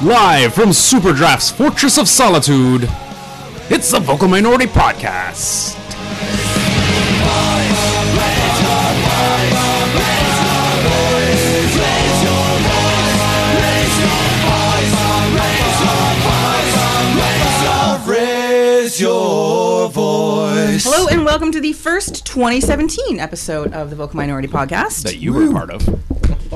Live from Superdraft's Fortress of Solitude, it's the Vocal Minority Podcast. Raise your voice. Hello and welcome to the first 2017 episode of the Vocal Minority Podcast. That you were part of.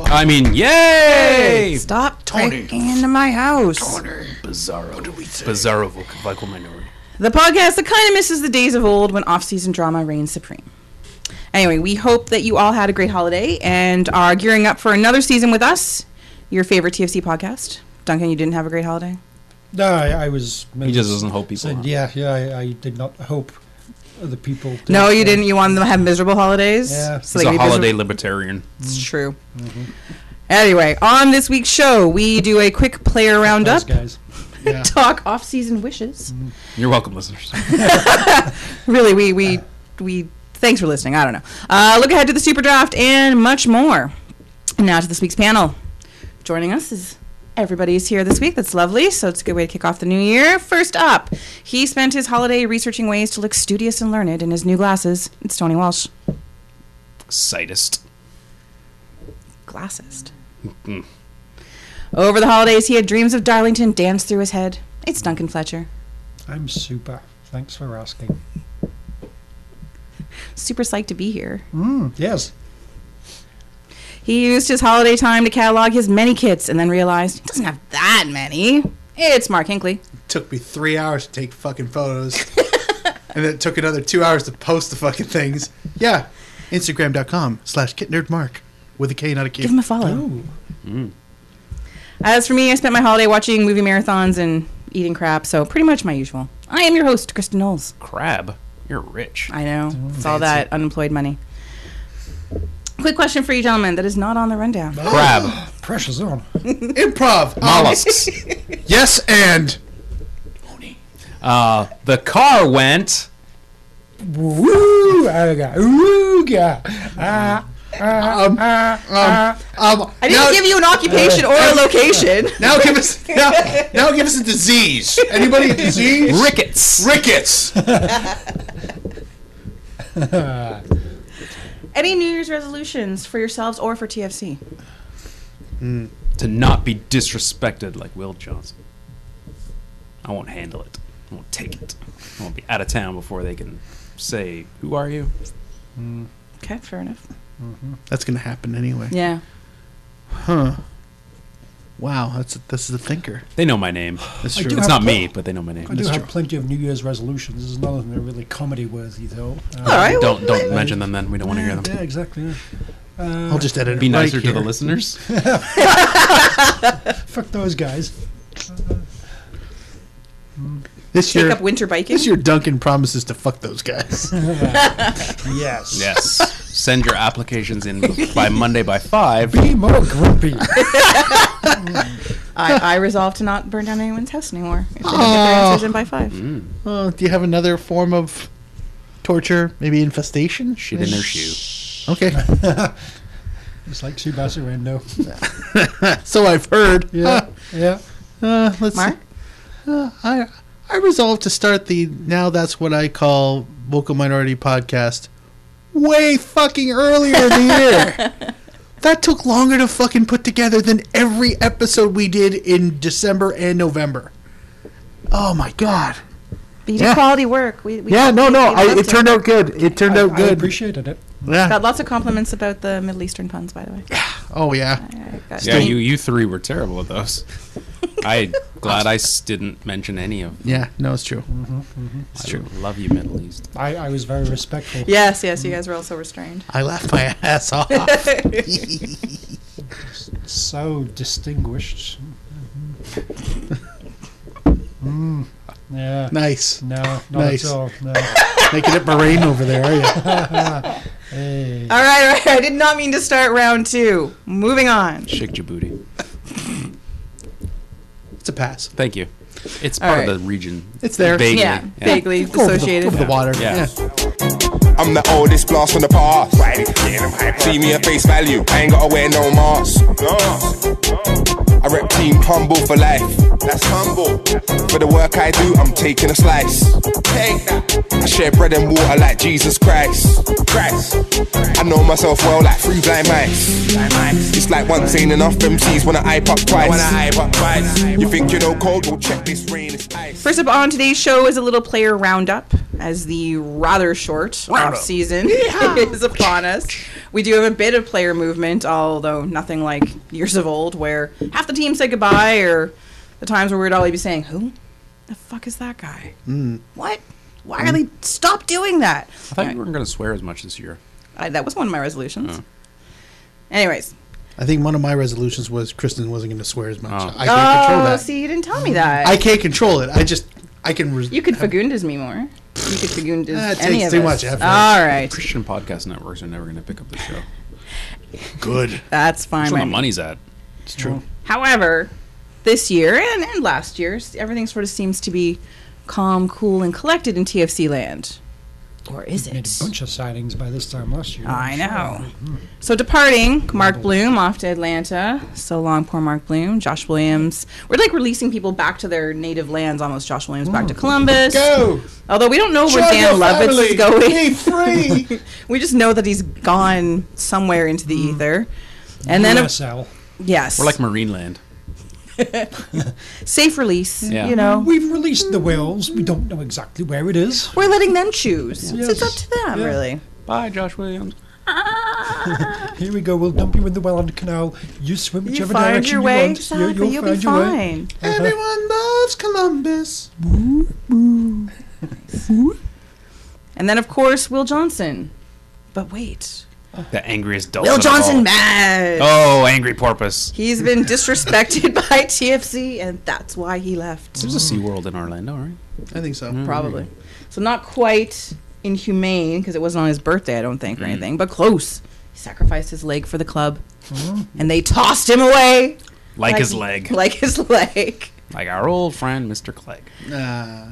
I mean, yay! Stop breaking into my house. Bizarro. What do we say? Bizarro vocal, vocal minority. The podcast that kind of misses the days of old when off-season drama reigned supreme. Anyway, we hope that you all had a great holiday and are gearing up for another season with us, your favorite TFC podcast. Duncan, you didn't have a great holiday. No, I, I was. He just doesn't hope people. Said, out. yeah, yeah. I, I did not hope other people. Did, No, you uh, didn't. You wanted them to have miserable holidays. Yeah. so He's they a could be miserable- holiday libertarian. It's true. Anyway, on this week's show, we do a quick player Those roundup, guys. Yeah. talk off-season wishes. You're welcome, listeners. really we we we thanks for listening i don't know uh, look ahead to the super draft and much more and now to this week's panel joining us is everybody's here this week that's lovely so it's a good way to kick off the new year first up he spent his holiday researching ways to look studious and learned in his new glasses it's tony walsh Excitist. glassist over the holidays he had dreams of darlington danced through his head it's duncan fletcher I'm super. Thanks for asking. super psyched to be here Mm, yes. He used his holiday time to catalog his many kits and then realized he doesn't have that many. It's Mark Hinckley. took me three hours to take fucking photos, and then it took another two hours to post the fucking things. Yeah, Instagram.com slash kitnerdmark with a K, not a Q. Give him a follow. Oh, As for me, I spent my holiday watching movie marathons and eating crap, so pretty much my usual. I am your host, Kristen Knowles. Crab. You're rich. I know. It's all that unemployed money. Quick question for you gentlemen that is not on the rundown. Crab. pressure's on. Improv. Mollusks. Um, yes, and Uh, the car went. Woo! Ooga! Ooga! Ah! ah, ah, ah. um, I didn't now, give you an occupation or a location. now give us now, now give us a disease. Anybody a disease? Rickets. Rickets. Any New Year's resolutions for yourselves or for TFC? to not be disrespected like Will Johnson. I won't handle it. I won't take it. I won't be out of town before they can say, "Who are you?" Okay, fair enough. That's gonna happen anyway. Yeah. Wow, that's this is a thinker. They know my name. That's I true. do It's have not pl- me, but they know my name. I do have plenty of New Year's resolutions. This is none of them are really comedy worthy, though. Uh, All right. Don't don't mention them. Then we don't want to hear Yeah, them. exactly. yeah. I'll just edit. Be it right nicer to the here. listeners. Fuck those guys. This Take year, up winter biking. this year, Duncan promises to fuck those guys. Yes. Yes. Send your applications in by Monday by five. Be more grumpy. I, I resolve to not burn down anyone's house anymore. If they don't get their answers in by five. Mm. Oh, do you have another form of torture? Maybe infestation? Shit in their shoe. Okay. it's like Subasa Rando. so I've heard. Yeah. Yeah. Uh, uh, let's. Mark? Uh, I I resolved to start the now that's what I call vocal minority podcast way fucking earlier in the year. That took longer to fucking put together than every episode we did in December and November. Oh my god. But you did Yeah. quality work. We, we Yeah, no, we no. I, loved it turned out good. It turned out I good. appreciated it. yeah. Got lots of compliments about the Middle Eastern puns, by the way. Oh yeah. I got- Yeah, you you three were terrible at those. I glad I s- didn't mention any of. Yeah. No, it's true. It's true. Love you, Middle East. I, I was very respectful. Yes, yes, you guys were also restrained. I laughed my ass off. So distinguished. Mm. Yeah. nice. No, not Nice. at all. No. Making it moraine over there, are you? Hey. All right, all right. I did not mean to start round two. Moving on. Shake your booty. It's a pass. Thank you. It's All part right. of the region. It's there. Vaguely. Yeah, vaguely Go over the- dissociated. go over the water. Yeah. I'm the oldest blast from the past. See me at face value, I ain't gotta wear no mask. I rep team humble for life. That's humble. For the work I do, I'm taking a slice. Take that. I share bread and water like Jesus Christ. Christ. I know myself well like three blind mice. It's like once ain't enough MCs wanna hype up twice. Wanna hype up twice. You think you know cold? Well, check this rain, it's ice. First up on today's show is a little player roundup as the rather short off season is upon us. We do have a bit of player movement, although nothing like years of old where half the team said goodbye or the times where we'd all be saying, Who the fuck is that guy? Mm. What? Why are they stop doing that? I thought Alright. you weren't going to swear as much this year. I, that was one of my resolutions. Anyways. I think one of my resolutions was Kristen wasn't going to swear as much. Oh. I can't control Oh, that. see, you didn't tell me that. I can't control it. I just I can. Res- you could Fagundas me more. You could Fagundas That any takes of too us. much effort. All right. Christian podcast networks are never going to pick up the show. good. That's fine. That's where by the me. money's at. It's true. However, this year and, and last year, s- everything sort of seems to be calm, cool, and collected in TFC land. Or is Made a it? bunch of sightings by this time last year. I know. So departing, Mark Bloom off to Atlanta. So long, poor Mark Bloom. Josh Williams. We're like releasing people back to their native lands almost. Josh Williams back to Columbus. Go. Although we don't know where Join Dan your Lovitz is family. going. Be free. We just know that he's gone somewhere into the ether. And then, USL. yes, Hmm. We're like Marineland. safe release. Yeah. You know, We've released the whales. We don't know exactly where it is. we're letting them choose. It's- It's up Yes. to them, really. Bye, Josh Williams. Here we go. We'll dump you in the Welland Canal. You swim You whichever find direction your you way. want. You- Exactly. You'll be find your way. fine. Everyone loves Columbus. And then, of course, Will Johnson. But wait, The angriest dolphin. Will of all. Johnson mad. Oh, angry porpoise. He's been disrespected by TFC, and that's why he left. There's a Sea World in Orlando, right? I think so. Mm. Probably. So not quite inhumane because it wasn't on his birthday, I don't think, Mm. or anything, but close. He sacrificed his leg for the club, Oh. and they tossed him away. Like, his he- leg. Like his leg. Like our old friend, Mr. Clegg. Nah.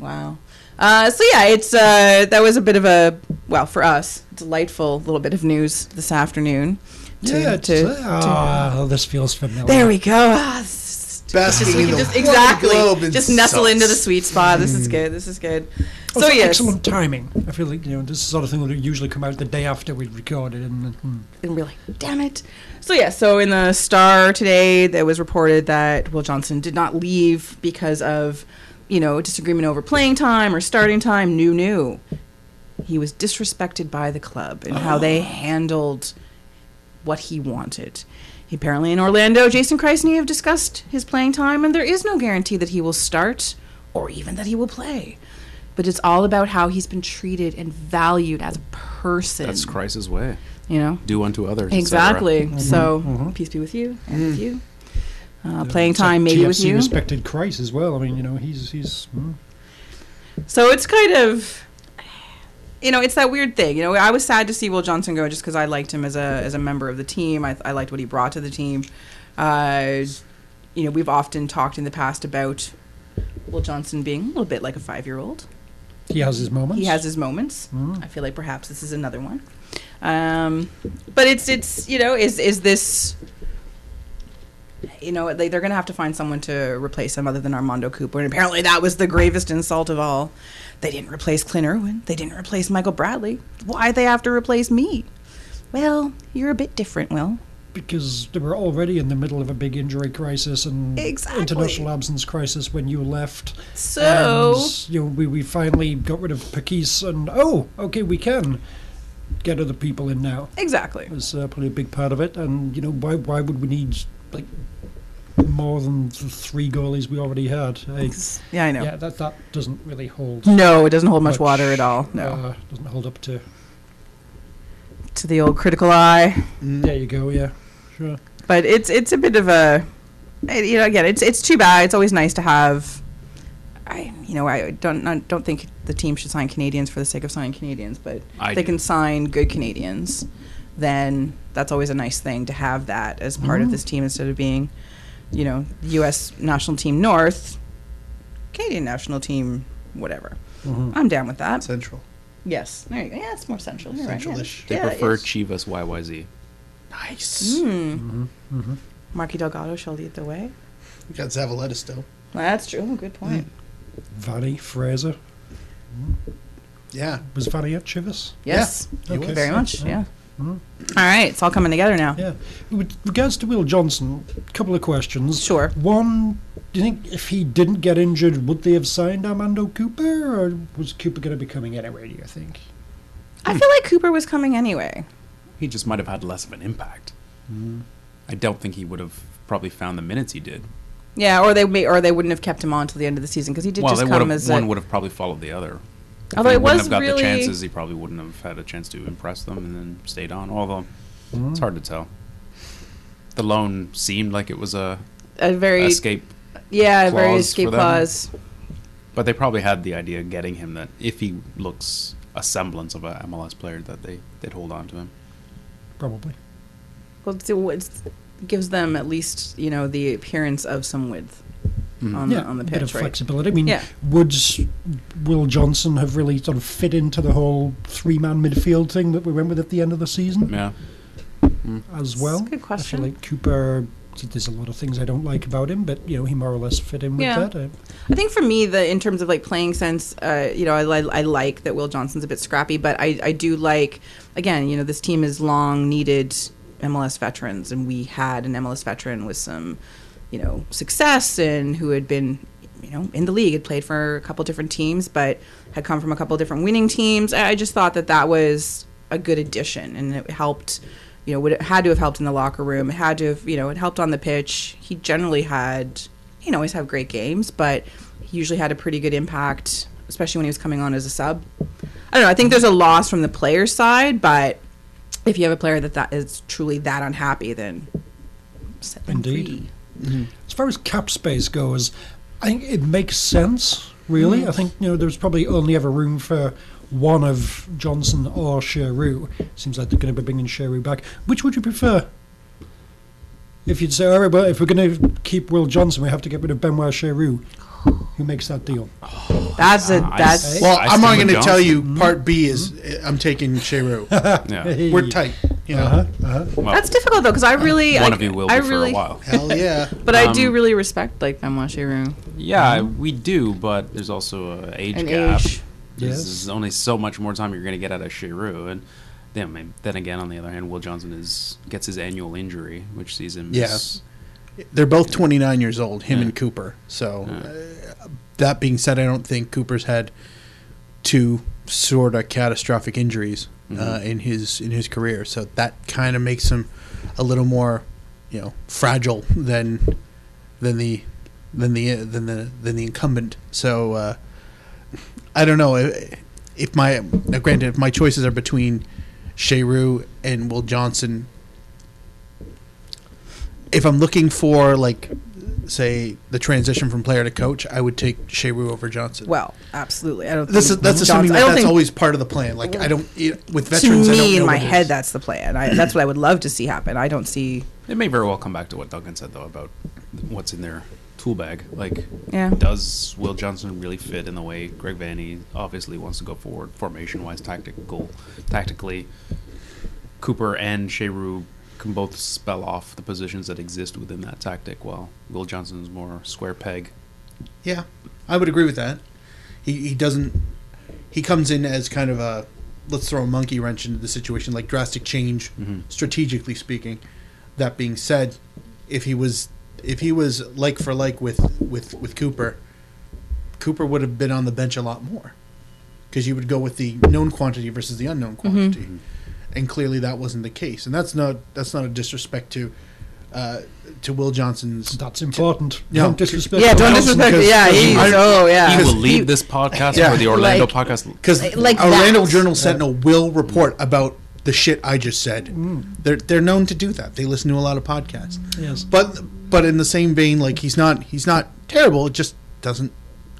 Wow. Uh, so yeah, it's uh, that was a bit of a well for us delightful little bit of news this afternoon. To, Yeah. to- it's- ah, this feels familiar. there we go. Ah, s- Best just, we in can the just whole exactly globe and just nestle sucks. into the sweet spot. This is good. This is good. Also, So yes, excellent timing. I feel like you know this is the sort of thing that would usually come out the day after we'd recorded, and mm, and we're like, damn it. So yeah, so in the Star today, it was reported that Will Johnson did not leave because of, you know, disagreement over playing time or starting time. New, new. He was disrespected by the club and how they handled what he wanted. He apparently in Orlando, Jason Christ and he have discussed his playing time, and there is no guarantee that he will start or even that he will play. But it's all about how he's been treated and valued as a person. That's Christ's way. You know? Do unto others. et cetera. Exactly. So peace be with you and with you. Uh, playing time maybe with TFC you. respected Christ as well. I mean, you know, he's he's mm, So it's kind of, you know, it's that weird thing. You know, I was sad to see Will Johnson go just because I liked him as a as a member of the team. I, I liked what he brought to the team. Uh, you know, we've often talked in the past about Will Johnson being a little bit like a five year old. he has his moments. He has his moments. Mm. I feel like perhaps this is another one. Um, but it's it's you know is is this you know they, they're going to have to find someone to replace him other than Armando Cooper and apparently that was the gravest insult of all. They didn't replace Clint Irwin. They didn't replace Michael Bradley. Why they have to replace me? Well, you're a bit different, Will. because they were already in the middle of a big injury crisis and Exactly. international absence crisis when you left. So and, you know, we, we finally got rid of Pakis, and oh, okay, we can get other people in now. exactly. was uh, probably a big part of it. And you know, why why would we need like more than th- three goalies we already had? I, Yeah, I know. yeah, that that doesn't really hold. No, it doesn't hold much water at all. No. uh, doesn't hold up to. to the old critical eye. There you go. Yeah, sure. but it's it's a bit of a it- you know again it's it's too bad it's always nice to have I you know I don't I don't think the team should sign Canadians for the sake of signing Canadians but I if they do. can sign good Canadians then that's always a nice thing to have that as part of this team instead of being you know US national team north Canadian national team whatever I'm down with that Central. yes there you go yeah it's more central You're right. Yeah. Central-ish. They Yeah, prefer it's- Chivas YYZ. Nice. Marky Delgado shall lead the way. You got Zavaleta still. That's true. Oh, good point. Vanny Fraser Yeah. was Vanny at Chivas. Yes. You Okay. was. Very much. Yeah. Mm-hmm. All right. It's all coming together now. Yeah. With regards to Will Johnson, a couple of questions. Sure. One, do you think if he didn't get injured, would they have signed Armando Cooper, or was Cooper going to be coming anyway? Do you think? I feel like Cooper was coming anyway. He just might have had less of an impact. Mm-hmm. I don't think he would have probably found the minutes he did. Yeah, or they may, or they wouldn't have kept him on until the end of the season because he did well, they just would come have, as one a, would have probably followed the other. If Although he it wouldn't was have got really- the chances, he probably wouldn't have had a chance to impress them and then stayed on. Although it's hard to tell. The loan seemed like it was a a very escape, yeah, a very clause escape for them. clause. but they probably had the idea of getting him that if he looks a semblance of a MLS player, that they they'd hold on to him. Probably. Well, it's, it's- gives them at least you know the appearance of some width Mm-hmm. on the on the a bit of pitch, right? flexibility. I mean, Yeah. would s- Will Johnson have really sort of fit into the whole three-man midfield thing that we went with at the end of the season Yeah, as well? That's a good question. I feel like Cooper. There's a lot of things I don't like about him, but you know he more or less fit in with Yeah. that. Uh, I think for me, the in terms of like playing sense, uh, you know, I, li- I like that Will Johnson's a bit scrappy, but I, I do like, again, you know, this team is long needed MLS veterans, and we had an MLS veteran with some, you know, success and who had been, you know, in the league, had played for a couple different teams, but had come from a couple different winning teams. I, I just thought that that was a good addition, and it helped. You know, would it had to have helped in the locker room. It had to have, you know, it helped on the pitch. He generally had he didn't always have great games, but he usually had a pretty good impact, especially when he was coming on as a sub. I don't know. I think there's a loss from the player side, but if you have a player that, that is truly that unhappy, then set them Indeed. free. as far as cap space goes, I think it makes sense. Really, I think you know there's probably only ever room for one of Johnson or Sheru. Seems like they're going to be bringing Sheru back. Which would you prefer? If you'd say, all right, well, if we're going to keep Will Johnson, we have to get rid of Benoit Sheru. Who makes that deal? That's a Um, I that's see. Well, I I still am with not going to tell Johnson. you. Part B is uh, I'm taking Cheru. yeah. We're tight. You know? Uh-huh, uh-huh. Well, that's difficult though because I really one I, of you will I be really, for a while. Um, Hell yeah. but I do really respect like Benoit Giroux Yeah, we do, but there's also a age and gap. age. There's Yes. there's only so much more time you're going to get out of Shiru. And then, I mean, then again, on the other hand, Will Johnson is gets his annual injury, which sees him. Yeah. miss- They're both 29 years old, him and Cooper. So, uh, that being said, I don't think Cooper's had two sort of catastrophic injuries uh, in his in his career. So that kind of makes him a little more, you know, fragile than than the than the than the than the incumbent. So uh, I don't know if, if my now granted if my choices are between Sheru and Will Johnson. If I'm looking for like, say the transition from player to coach, I would take Sheru over Johnson. Well, absolutely. I don't. This is think that's assuming Johnson- that I don't that's think always part of the plan. Like I don't you know, with to veterans. I don't me know in my what it head is. that's the plan. I, that's what I would love to see happen. I don't see. It may very well come back to what Duncan said, though, about what's in their tool bag. Like, Yeah. does Will Johnson really fit in the way Greg Vanny obviously wants to go forward, formation wise, tactical, tactically? Cooper and Sheru can both spell off the positions that exist within that tactic, while Will Johnson's more square peg. Yeah, I would agree with that. He he doesn't. He comes in as kind of a let's throw a monkey wrench into the situation, like drastic change, strategically speaking. That being said, if he was if he was like for like with with with Cooper, Cooper would have been on the bench a lot more because you would go with the known quantity versus the unknown quantity, and clearly that wasn't the case. And that's not that's not a disrespect to. Uh, to Will Johnson's That's important. Yeah. Don't disrespect. Yeah, Will don't Johnson, disrespect. 'cause- Yeah, he's, oh yeah. He will He- lead this podcast Yeah. or the Orlando Like- podcast. Because Like Orlando that. Journal Sentinel will report about the shit I just said. They're they're known to do that. They listen to a lot of podcasts. Mm. Yes. But but in the same vein, like he's not he's not terrible. It just doesn't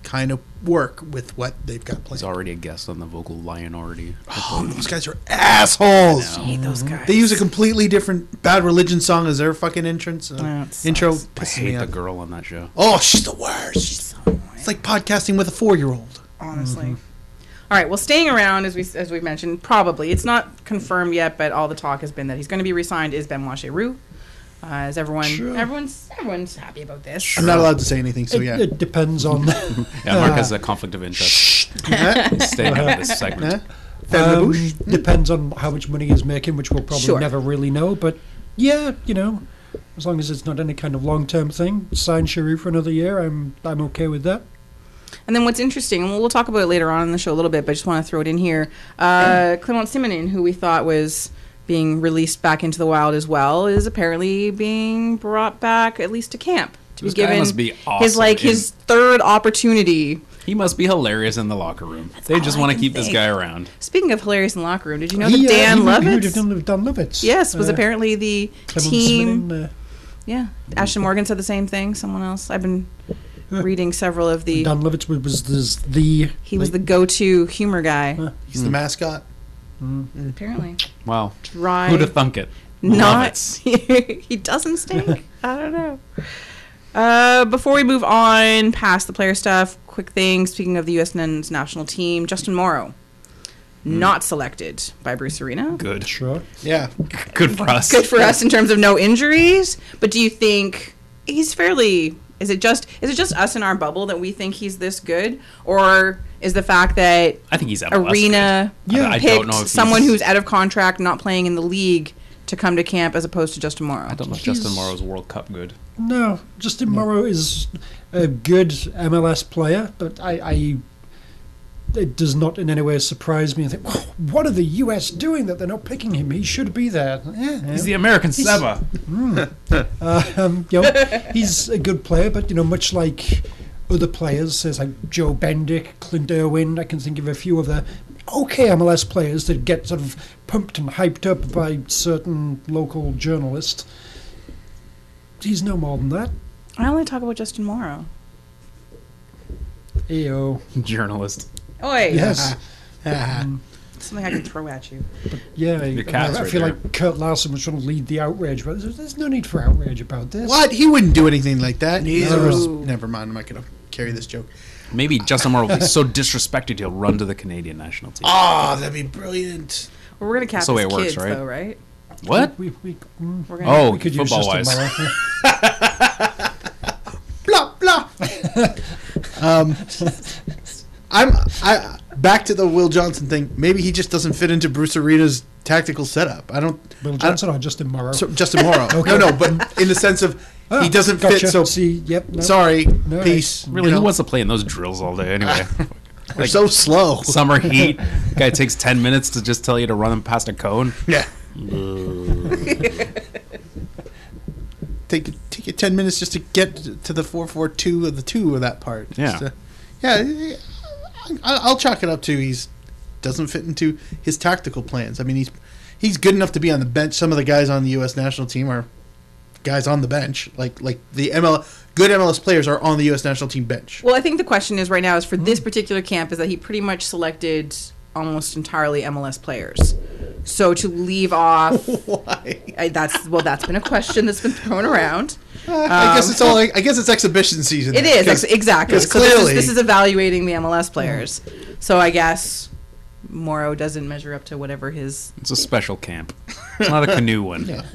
kind of work with what they've got He's planned. already a guest on the vocal lion already. Oh, those guys are assholes. hate those guys. They use a completely different Bad Religion song as their fucking entrance uh, Yeah, it intro. sucks. I Pisses me hate the off. girl on that show. Oh, she's the worst. It's like podcasting with a four year old. honestly. Mm-hmm. All right. Well, staying around as we as we mentioned, probably it's not confirmed yet, but all the talk has been that he's going to be re-signed is Benoit Cheroux. Uh, is everyone Sure. everyone's everyone's happy about this? I'm not allowed to say anything, so it, yeah. it depends on. Yeah, Mark has a conflict of interest. Huh? Staying out of this segment. Huh? Femme um, Bouche? depends on how much money he's making, which we'll probably Sure. never really know. But yeah, you know, as long as it's not any kind of long-term thing, sign Sharu for another year. I'm I'm okay with that. And then what's interesting, and we'll we'll talk about it later on in the show a little bit, but I just want to throw it in here. Uh, Clement Simonin, who we thought was being released back into the wild as well, is apparently being brought back at least to camp to This be guy given must be his awesome like in- his third opportunity. He must be hilarious in the locker room. they just all I want to can keep this think. guy around. Speaking of hilarious in the locker room, did you know He, that uh, Dan he would- he would Lovitz, have done, have done Lovitz. yes, was Uh, apparently the Clement team. Smith, Yeah, Ashton Morgan said the same thing. Someone else, I've been reading several of uh, the. Dan Lovitz was, was this, the He was the go-to humor guy, Uh. He's the mascot. apparently. Wow. Dry. Who'd have thunk it? Love not it. he doesn't stink i don't know uh, before we move on past the player stuff quick thing speaking of the us men's national team justin morrow not selected by bruce arena good, Hmm. Good. sure. Yeah. Good for us. for us in terms of no injuries but do you think he's fairly is it just is it just us in our bubble that we think he's this good or is the fact that I think he's out of arena Yeah. I picked don't know if someone he's- who's out of contract not playing in the league to come to camp as opposed to justin morrow I don't know if Justin He's- Morrow's World Cup good. No, Justin Morrow is a good MLS player, but I, I it does not in any way surprise me. I think, "Whoa, what are the US doing that they're not picking him? He should be there. Yeah, He's the American Seba. um, you know, he's a good player, but you know, much like other players, says like Joe Bendick, Clint Irwin, I can think of a few other okay MLS players that get sort of pumped and hyped up by certain local journalists. He's no more than that. I only talk about Justin Morrow. Ew. Journalist. Oi, Yes. something I can throw at you. Yeah, I- cat's I, right feel there. like Kurt Larson was trying to lead the outrage, but there's, there's no need for outrage about this. What? He wouldn't do anything like that. Neither was- No. Never mind. I'm not going to carry this joke. Maybe Justin Morrow will be so disrespected he'll run to the Canadian national team. Oh, that'd be brilliant. Well, we're gonna cap That's the way his it works, kids, right? though, right? What? We, we, mm, We're gonna. Oh, we could use football Justin wise. Morrow. Blah, blah. um, I'm I back to the Will Johnson thing. Maybe he just doesn't fit into Bruce Arena's tactical setup. I don't. Will I don't- Johnson or Justin Morrow? Uh, so- Justin Morrow. No, no, but in the sense of Ah, he doesn't gotcha. fit. So see, yep. no. sorry, No, peace. Really, You who know, wants to play in those drills all day anyway? they're so slow. Summer heat. Guy takes 10 minutes to just tell you to run him past a cone. Yeah. take take you ten minutes just to get to the four four two of the two of that part. Just, Yeah. uh, yeah. I, I'll chalk it up to he's doesn't fit into his tactical plans. I mean, he's he's good enough to be on the bench. Some of the guys on the U.S. national team are guys on the bench. Like like the ML good MLS players are on the U.S. national team bench. Well, I think the question is right now is for this Mm-hmm. particular camp is that he pretty much selected almost entirely MLS players. So to leave off, Why? I, that's well, that's been a question that's been thrown around. I guess it's all. I guess it's exhibition season. um, It then, is 'cause- ex- exactly. 'cause So this is, clearly- Mm-hmm. this is evaluating the MLS players. So I guess Morrow doesn't measure up to whatever his It's a special camp. It's not a canoe one.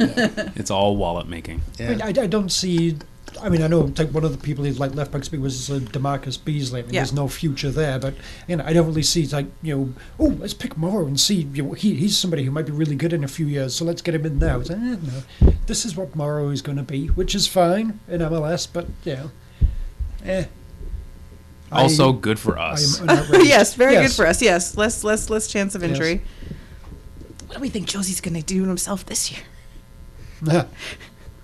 It's all wallet making. Yeah. I, mean, I- I don't see. I mean, I know like one of the people who's like left back speak was uh, Demarcus Beasley. I mean, Yeah. There's no future there, but you know, I don't really see like you know, oh, let's pick Morrow and see. You know, he he's somebody who might be really good in a few years, so let's get him in there. It's, eh, no, this is what Morrow is going to be, which is fine in MLS, but yeah, eh. I- Also, good for us. I'm unoutraged. yes, very Yes. good for us. Yes, less less less chance of injury. What do we think Josie's going to do to himself this year?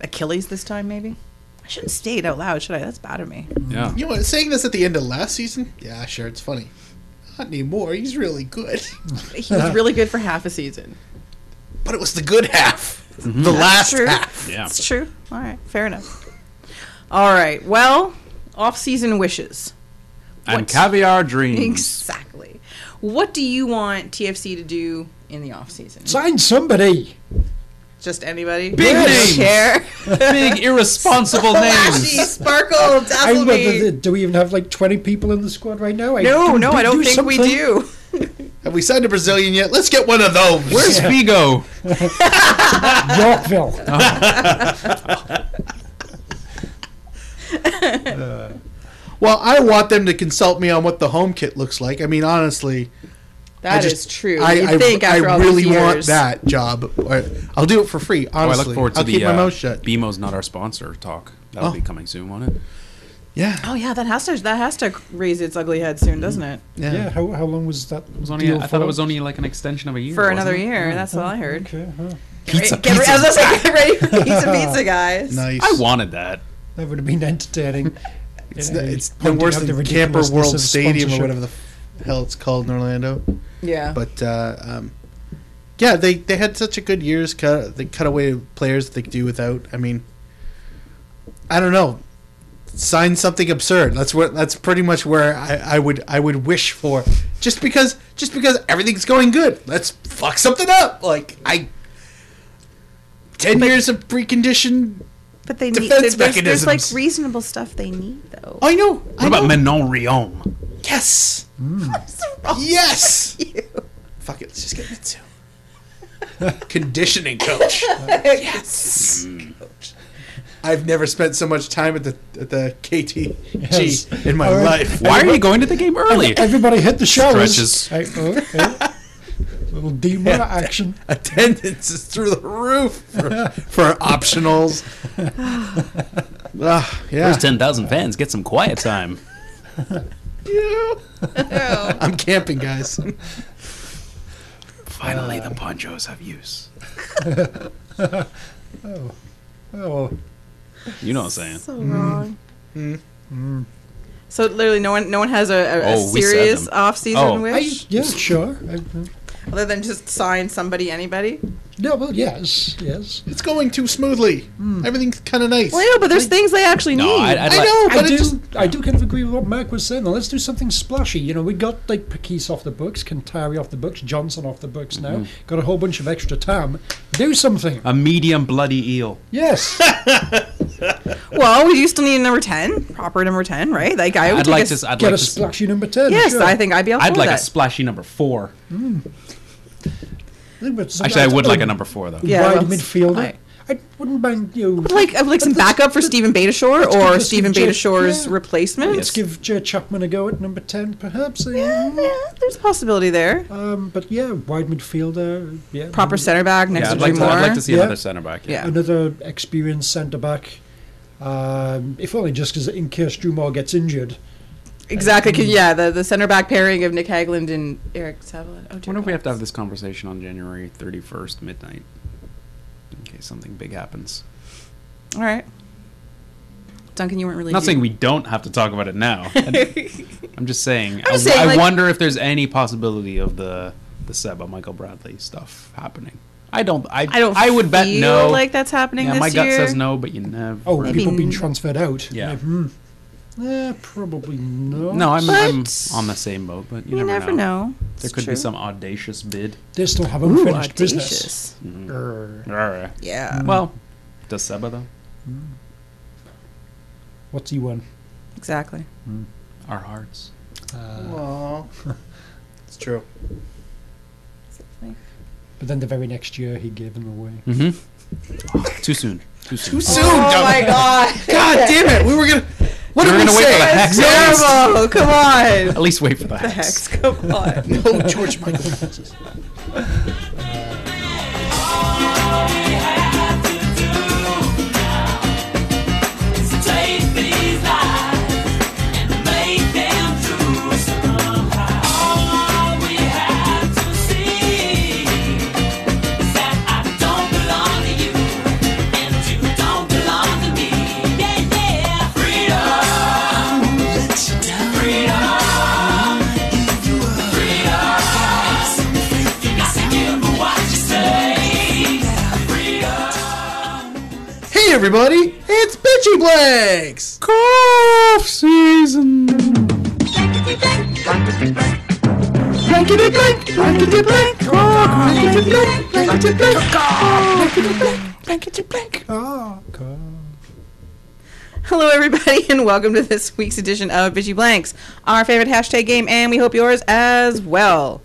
Achilles this time, maybe. I shouldn't state it out loud, should I? That's bad of me. yeah. You know what? Saying this at the end of last season, yeah, sure, it's funny. Not anymore. He's really good, He was really good for half a season. but it was the good half, the last Mm-hmm. True. half. Yeah. It's true. All right, fair enough. All right. Well, off-season wishes. And What? caviar Mm. dreams. Exactly. What do you want TFC to do in the off-season? sign somebody. Just anybody? Big names. Chair. Big, irresponsible Flashy, names. sparkle, I dazzle wonder me. that- do we even have like 20 people in the squad right now? No, no, I do don't think we something. do. Have we signed a Brazilian yet? Let's get one of those. Where's Oh, Figo? Yorkville. Well, I want them to consult me on what the home kit looks like. I mean, honestly, I That is just, true. I, You'd I- think after I all really these years, want that job. I- I'll do it for free. Oh, I Honestly, look forward to I'll the keep my uh, mouth shut. BMO's not our sponsor talk. That'll Oh. be coming soon, won't it? yeah, Oh yeah, that has to that has to raise its ugly head soon, doesn't it? yeah. Yeah, how, how long was that? It was only, deal I thought for? it was only like an extension of a year. Mm. For wasn't another it? year, that's what I heard. Okay, huh. Pizza, Get, re- I pizza. was gonna say, get ready for pizza, pizza, guys. Nice. I wanted that. That would have been entertaining. It's, And the, it it's the pointed worse out than the Camper ridiculousness World of Stadium or sponsorship. whatever the hell it's called in Orlando. Yeah. But uh, um, yeah, they, they had such a good years. Cut they cut away players that they could do without. I mean, I don't know. Sign something absurd. That's what. That's pretty much where I, I would I would wish for. Just because just because everything's going good, let's fuck something up. Like I. Ten years of preconditioned. But they need- Defense there's- there's, like, mechanisms. reasonable stuff they need though. Oh, I know. What about Menon Riom? Yes. Yes. Fuck it. Let's just get Mitsu. Conditioning coach. yes. Mm. I've never spent so much time at the at the KTG Yes. in my All right. life. Why are you going to the game early? Everybody hit the showers. Stretches. Hey, okay. Little demon action. Attendance is through the roof for, for optionals. Ah, yeah. There's 10,000 fans. Get some quiet time. I'm camping, guys. Finally, the ponchos have use. Oh, You know what I'm saying? so Mm-hmm. wrong. So literally, no one no one has a, a, a Oh, we said serious them. off season Oh. wish yeah, sure. I, other than just sign somebody, anybody. no, well, yes, yes. It's going too smoothly. Everything's kind of nice. Well, I know, but there's things they actually No, need. I'd, I'd I like- know, I but do, it just I do kind of agree with what Mark was saying. Though. Let's do something splashy. You know, we got like Pakis off the books, Kantari off the books, Johnson off the books now. Got a whole bunch of extra time. Do something. a medium bloody eel. yes. well, we do still need a number ten, proper number ten, right? Like I would I'd take like a to. s- s- I'd Get like a to s- splashy number 10. Yes, sure. I think I'd be all for I'd like a that. splashy number four. think that's- Actually, I would like a um, number four though. Yeah, wide well, midfielder. I- I, wouldn't mind you. Know, like I'd like some let's- backup for Stephen Betashore give or us Stephen some J- Betashore's yeah. replacement. Let's give Joe Chapman a go at number ten, perhaps. yeah, yeah, there's a possibility there. Um, but yeah, wide midfielder. Yeah, Proper center back next Mm-hmm. Yeah, to I'd, Drew like to, I'd Moore. like to see Yeah. another center back. Yeah. Another experienced centre back. Um, if only just because in case Drew Moore gets injured. Exactly. mm-hmm. 'cause, yeah, the, the center back pairing of Nick Hagland and Eric Savlin. I Oh, wonder if we have to have this conversation on January 31st midnight, in case something big happens. All right. Duncan, you weren't really. I'm not saying we don't have to talk about it now. I- I'm just saying. i just w- saying, I like- wonder if there's any possibility of the the Seba Michael Bradley stuff happening. I don't. I, I don't. I would bet feel no. Like that's happening yeah, this my gut year. says no, but you never. Oh, Maybe people being n- transferred out. Yeah. Hmm. Eh, probably not. No, I'm, I'm But- on the same boat, but you You never, never know. know. There It's could true. be some audacious bid. They still have Ooh, unfinished business. audacious. Mm. Grr. Arr. Yeah. Well, does Seba though? What's he won? Exactly. Our hearts. it's true. But then the very next year, he gave them away. Mm-hmm. Too soon. Too soon. Too soon. Oh Duncan. my god. God damn it! We were gonna. What We were did we gonna wait say? for the hex. Terrible. Come on. At least wait for the The hex. hex. Come on. Oh, George Michael. Hey everybody, it's Bitchy Blanks. Cough season. Blankety blank, blankety blank, blankety blank, blankety blank, blankety blank, blankety blank. Ah, God. Hello, everybody, and welcome to this week's edition of Bitchy Blanks, our favorite hashtag game, and we hope yours as well.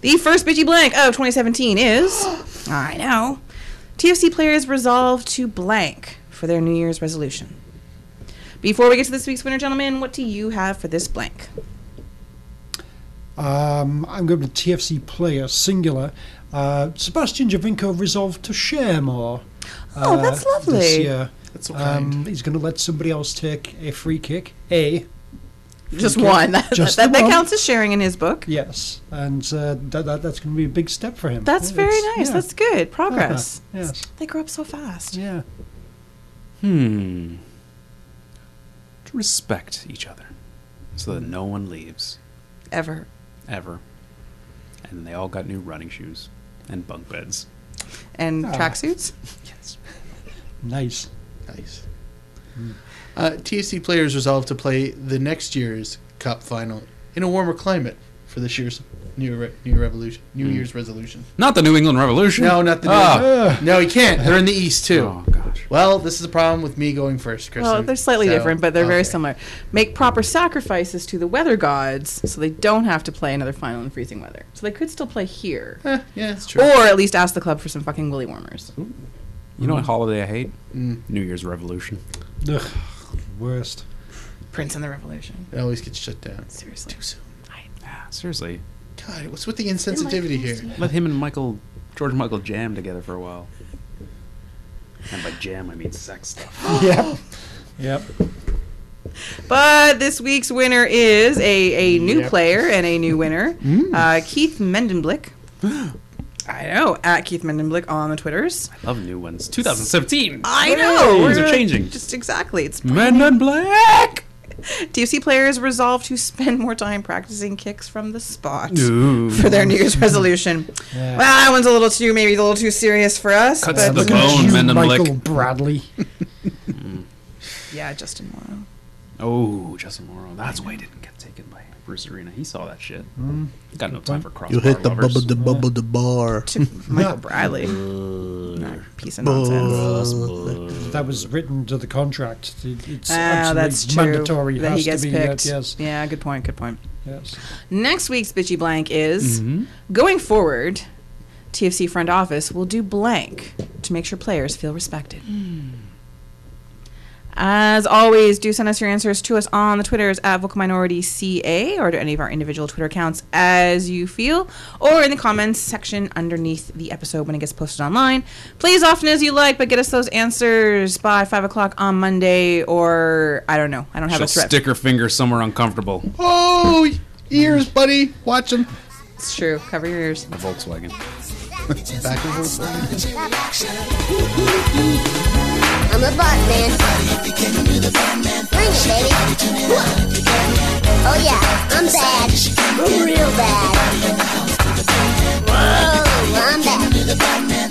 The first bitchy blank of 2017 is. I know. TFC players resolve to blank for their New Year's resolution. Before we get to this week's winner, gentlemen, what do you have for this blank? Um, I'm going to TFC player singular. Uh, Sebastian Javinko resolved to share more. uh, Oh, that's lovely. This year. That's so kind. Um, he's going to let somebody else take a free kick. A Just one. That, Just that, the that one. counts as sharing in his book. yes, and uh, that, that, that's going to be a big step for him. That's Yeah, very it's- nice. yeah. That's good. Progress. Yeah, yes. They grow up so fast. Yeah. Hmm. To respect each other so that no one leaves Ever. ever. And they all got new running shoes and bunk beds. And Ah. tracksuits? Nice. Nice. Uh, TFC players resolved to play the next year's Cup final in a warmer climate for this year's New Re- New Revolution New Year's resolution. Not the New England Revolution. No, not the New Ah. No, you can't. They're in the East too. Oh, gosh. Well, this is the problem with me going first, Kristen. Well, they're slightly So, different, but they're very okay. similar. Make proper sacrifices to the weather gods so they don't have to play another final in freezing weather. So they could still play here. Eh, yeah, it's true. Or at least ask the club for some fucking willy warmers. You know what holiday I hate? Mm. New Year's Revolution. Ugh, worst. Prince and the Revolution. It always gets shut down. Seriously. Ah, seriously. God, what's with the insensitivity here? Let him and Michael, George Michael, jam together for a while. And by jam, I mean sex stuff. yep. Yep. But this week's winner is a, a new player and a new winner, uh, Keith Mendenblick. I know, at Keith Mendenblick on the Twitters. Love new ones. 2017! I know. Things we're are changing. Just exactly. It's Men in Black! TFC players resolve to spend more time practicing kicks from the spot Ooh. for their New Year's resolution. Well, that one's a little too maybe a little too serious for us, Cuts but to the Look at bone, you, Mendenblick. Michael Bradley. yeah, Justin Morrow. Oh, Justin Morrow. That's why he didn't get taken by Bruce Arena. He saw that shit. Got no time for cross. the bubble the bar. To Michael Bradley. Nah, piece of nonsense. that was written to the contract. It- It's Ah, absolutely that's true. mandatory. That he has gets to be, uh, picked. Yes. Yeah, good point. Good point. Yes. Next week's bitchy blank Mm-hmm. is Mm-hmm. going forward. TFC front office will do blank to make sure players feel respected. As always, do send us your answers to us on the Twitters at Vocal Minority CA or to any of our individual Twitter accounts as you feel, or in the comments section underneath the episode when it gets posted online. Play as often as you like, but get us those answers by five o'clock on Monday, or I don't know. I don't have She'll a threat. stick her finger somewhere uncomfortable. Oh, ears, buddy. Watch them. It's true. Cover your ears. The Volkswagen. Back and forth. I'm a bot man. Bring it, baby. Whoa. Oh yeah, I'm bad. I'm real bad. Whoa, I'm bad. To the bot man.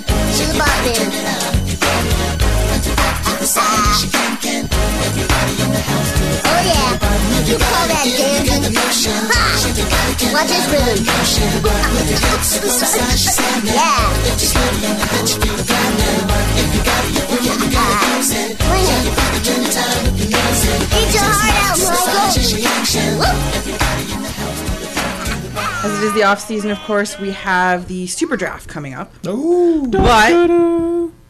Ah. Oh yeah, you call that dancing? Ha! Watch this rhythm. yeah. Bring it. Eat your heart out, Michael. Woo! As it is the off season, of course, we have the super draft coming up. Oh. But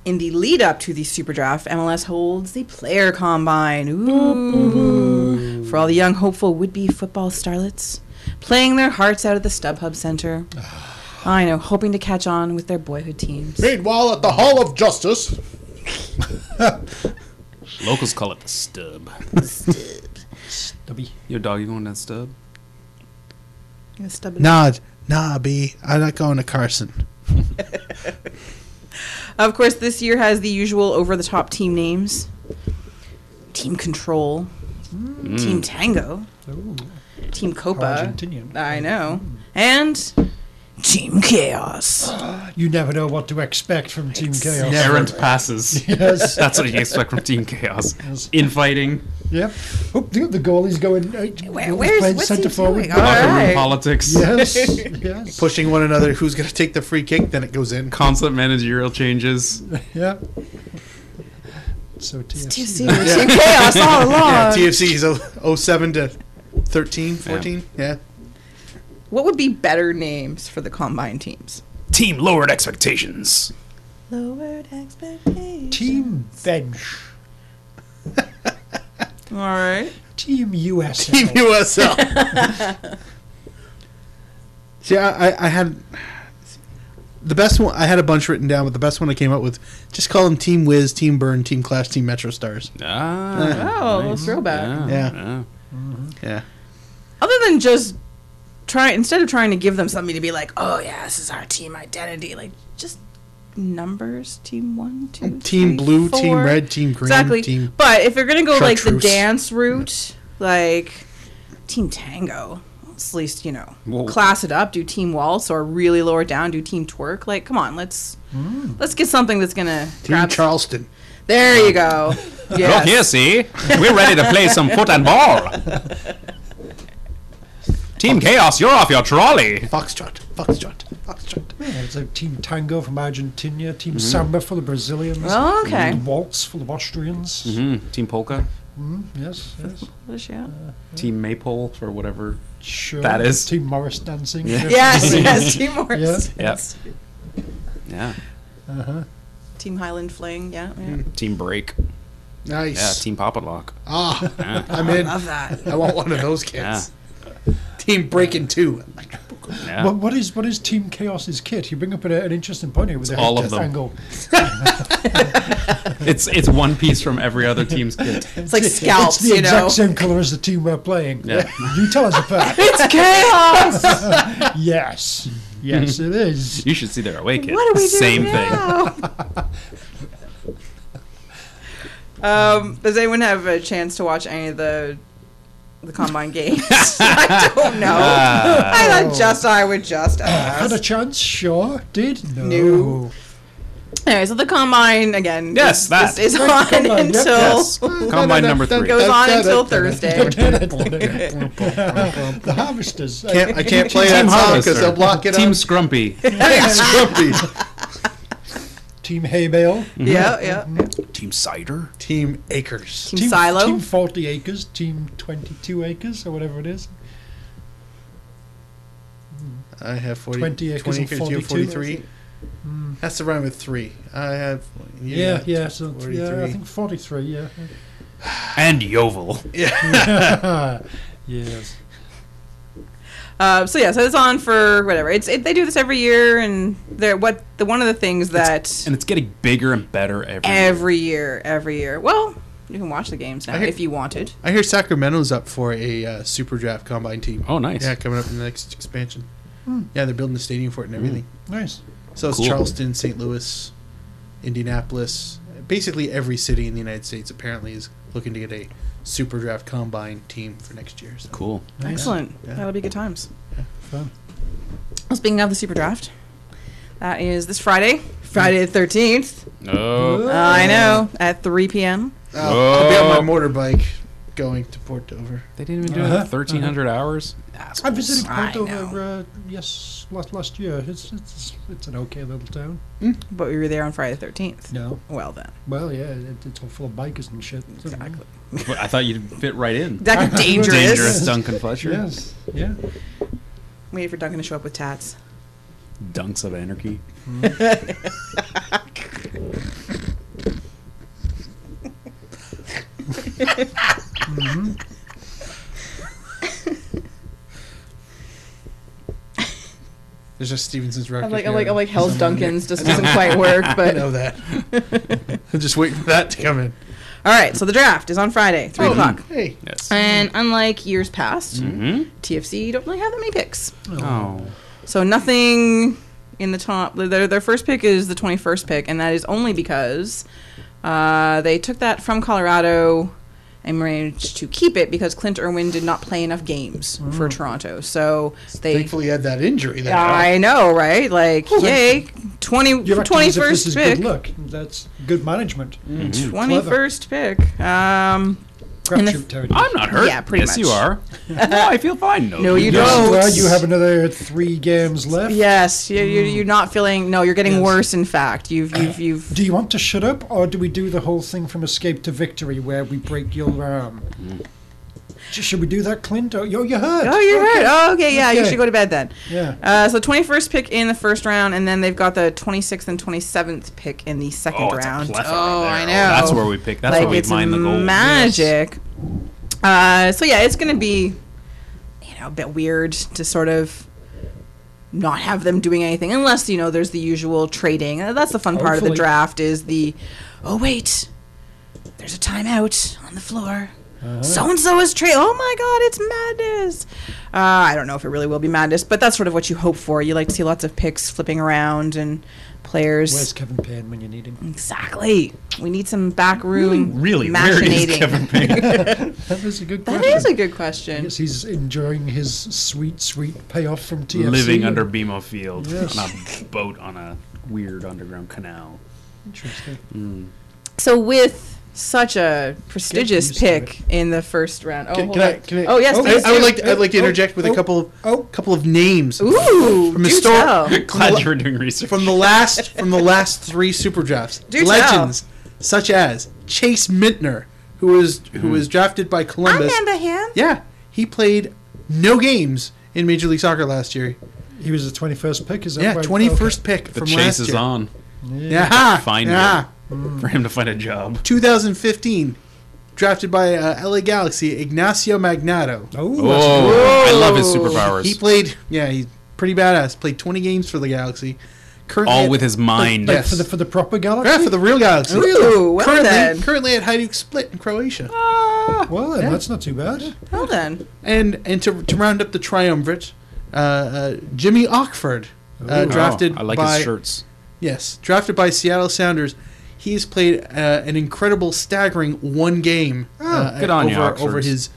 in the lead up to the super draft, MLS holds the player combine. Ooh. For all the young, hopeful, would be football starlets playing their hearts out at the StubHub Center. I know, hoping to catch on with their boyhood teams. Meanwhile, at the Hall of Justice. Locals call it the stub. Dubby. Yo, dog, you going to that stub? Yeah, Stub- Nah, nah, B. I'm not going to Carson. Of course, this year has the usual over the top team names Team Control, Mm. Team Tango, Oh. Team Copa. Argentinian. I know. And Team Chaos. Oh, You never know what to expect from Team Chaos. Errant passes. Yes. That's what you expect from Team Chaos. Yes. Infighting, Yep. Oh, the, the goalie's going. Uh, Where, where's what's he centre forward. doing? All locker room right. politics, Yes. yes. Pushing one another. Who's going to take the free kick? Then it goes in. constant managerial changes. Yeah. So TFC. TFC was Team Chaos Uh, oh, all along. Yeah, TFC's 07 to 13, 14. Yeah. What would be better names for the combine teams? Team lowered expectations. Lowered expectations. Team Bench. All right. Team USA. Team USL. See, I, I, I had the best one. I had a bunch written down, but the best one I came up with just call them Team Wiz, Team Burn, Team Clash, Team Metro Stars. Ah, Oh, a little throwback. Yeah. Yeah, Other than just try, instead of trying to give them something to be like, oh yeah, this is our team identity. Like just numbers. Team one, two, Team three, blue, team four. red, team green, Exactly. team- but if you're gonna go like the Chartreuse. dance route, like Team Tango. At least you know, Well- class it up. Do team waltz, or really lower down. Do team twerk. Like, come on, let's Mm. let's get something that's gonna Team grab Charleston. There you go. Look here, Yes. see? We're ready to play some foot and ball. Team Chaos, you're off your trolley. Foxtrot, Foxtrot, Foxtrot. Yeah, it's like Team Tango from Argentina, Mm-hmm. Team Samba for the Brazilians, Oh, okay. Team Waltz for the Austrians. Mm-hmm. Team Polka, Mm-hmm. Yes, yes. What is she at? Team Maypole, or whatever. Sure. That is- Team Morris dancing. Yes, yes, Team Morris. Yeah. Yep. Yeah. Team Highland Fling, yeah. yeah. Team Break. Nice. Yeah, Team Papa Lock. ah, I'm in. Love that. I want one of those kids. Team Breaking Two. Yeah. What, what is what is Team Chaos's kit? You bring up an, an interesting point here with the all head of them. angle. It's it's one piece from every other team's kit. It's like It's scalps, the you exact know. same color as the team we're playing. Yeah. You tell us apart. It's chaos. yes, yes, it is. You should see their away kit. What are we doing Same thing. now? um, does anyone have a chance to watch any of the the combine games? I don't know. Ah. I thought just I would just ask. Had a chance, sure. Did no. No. Anyway, so the combine again. Yes, is, that. is, is on Combine, yep, until Yes. Combine number three. goes on until Thursday. the harvesters. Can't, I can't play that Team song Harvester. because they'll block it Team up. Scrumpy. Team Scrumpy. Team hay bale. Yeah, yeah. Team Cider. Team Acres. Team, Silo. Team 40 acres, team 22 acres, or whatever it is. I have 40, 20 acres 20 and acres, you have 42. 43. Has to rhyme with three. I have. you Hmm. Yeah, got yeah, so yeah, 43. I think 43, yeah. And Yeovil. Yes. Uh, so yeah, so it's on for whatever. It's it, they do this every year, and they're what the one of the things that And it's getting bigger and better every year. every year, every year. Well, you can watch the games now hear- if you wanted. I hear Sacramento's up for a uh, super draft combine team. Oh, nice. Yeah, coming up in the next expansion. Yeah, they're building a stadium for it and everything. Nice. So it's Hmm. Cool. Charleston, St. Louis, Indianapolis. Basically, every city in the United States apparently is looking to get a super draft combine team for next year. So. Cool. Excellent. Yeah. That'll be good times. Fun. Well, speaking of the super draft, that is this Friday, Friday the thirteenth. Oh. I know at three p.m. Uh, I'll be on my motorbike going to Port Dover. They didn't even do it Uh-huh. in 1,300 hours? I visited I Port Dover, uh, yes, last, last year. It's, it's it's an okay little town. But we were there on Friday the thirteenth. No. Well then, Well, yeah, it, it's all full of bikers and shit. Exactly. But I thought you'd fit right in. that dangerous. Dangerous Duncan Fletcher. Yes, yeah. Waiting for Duncan to show up with tats. Dunks of Anarchy. There's just Stevenson's record. I'm like, I'm like, I'm like, hell's Duncan. Duncan's just doesn't quite work. I But know that. I'm just waiting for that to come in. all right, so the draft is on Friday, three o'clock. Hey, Yes. Oh. And unlike years past, Mm-hmm. TFC don't really have that many picks. Oh. So nothing in the top. Their, their first pick is the 21st pick, and that is only because uh, they took that from Colorado and managed to keep it because Clint Irwin did not play enough games Mm. for Toronto. So they. thankfully you had that injury. There. I know, right? Like, yay, 20, You're acting as if this 21st is good pick. luck. That's good management. 21st pick. Um, And the- Crapshoot territory. I'm not hurt. Yeah, pretty yes, you much. are. no, I feel fine. No, no, you Yes, don't. well, you have another three games left. Yes, you, you, you're not feeling. No, you're getting Mm. Yes. worse. In fact, you've you've you've. Do you want to shut Mm. up, or do we do the whole thing from escape to victory where we break your arm? um, Should we do that, Clint? Oh, yo, you heard. Oh, you heard. Oh, okay, yeah, you Okay. should go to bed then. Yeah. Uh, so 21st pick in the first round, and then they've got the 26th and 27th pick in the second Oh, it's a round. plethora oh, there. I Oh, know. that's where we pick- that's like, where we it's mine the gold. Magic. Uh, so yeah, it's gonna be, you know, a bit weird to sort of not have them doing anything unless you know there's the usual trading. Uh, That's the fun part of the Hopefully. draft is the, oh wait, there's a timeout on the floor. Uh-huh. So and so is trade. Oh my God, it's madness. Uh, I don't know if it really will be madness, but that's sort of what you hope for. You like to see lots of picks flipping around and players. Where's Kevin Payne when you need him? exactly. We need some back room Really, where is machinating. Kevin Payne? That is a good That question. is a good question. Yes, he's enjoying his sweet, sweet payoff from TFC. Living under Bemo Field Yes. on a boat on a weird underground canal. Interesting. So with such a prestigious used to pick in the first round. Oh, Can, hold can I, on. can I? oh yes, I- please I, would do. like. To, I'd like to Oh, interject with oh, a couple of oh. couple of names Ooh, from do tell. histor- Glad you were doing research. from the last from the last three super drafts. Do legends such as Chase Mintner, who was who Mm-hmm. was drafted by I Columbus. remember him. Yeah, he played no games in Major League Soccer last year. He was the 21st pick, is that Yeah, right? twenty first pick the from chase last is year. on Yeah, Find yeah. him. for him to find a job. 2015, drafted by uh, LA Galaxy, Ignacio Magnato. Okay. Oh, that's- Oh, I love his superpowers. He played. Yeah, he's pretty badass. Played 20 games for the Galaxy. Currently all at- with his mind. Yes. for the for the proper galaxy. Yeah, for the real Galaxy. Ooh, well currently, then. currently at Hajduk Split in Croatia. Well, then, that's not too bad. Well then, And and to, to round up the triumvirate, uh, uh, Jimmy Ockford, uh, Oh, drafted I like by his shirts. yes, drafted by Seattle Sounders. He's played uh, an incredible, staggering one game uh, Oh, good on you, over Oxfords. over his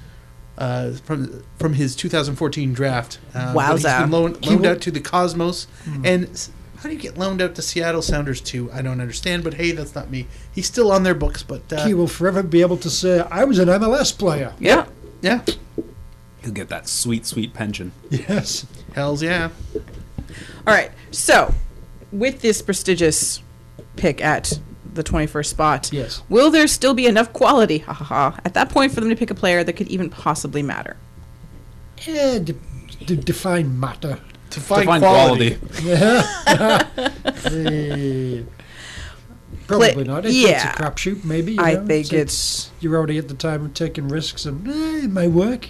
uh, from from his 2014 draft. Uh, but He's Wowza. been loan, loaned out to the Cosmos, Hmm. and s- how do you get loaned out to Seattle Sounders too? I don't understand, but hey, that's not me. He's still on their books, but uh, He will forever be able to say, "I was an MLS player." yeah. yeah, He'll get that sweet, sweet pension. Yes. hell's yeah. All right. So, with this prestigious pick at the 21st spot, Yes. will there still be enough quality, ha ha ha, at that point for them to pick a player that could even possibly matter? Yeah, de- de- define matter. To find, Define quality. Eh, Probably Play- not. It's, yeah. it's a crapshoot, maybe. you I know? think you're already at the time of taking risks, and eh, it may work.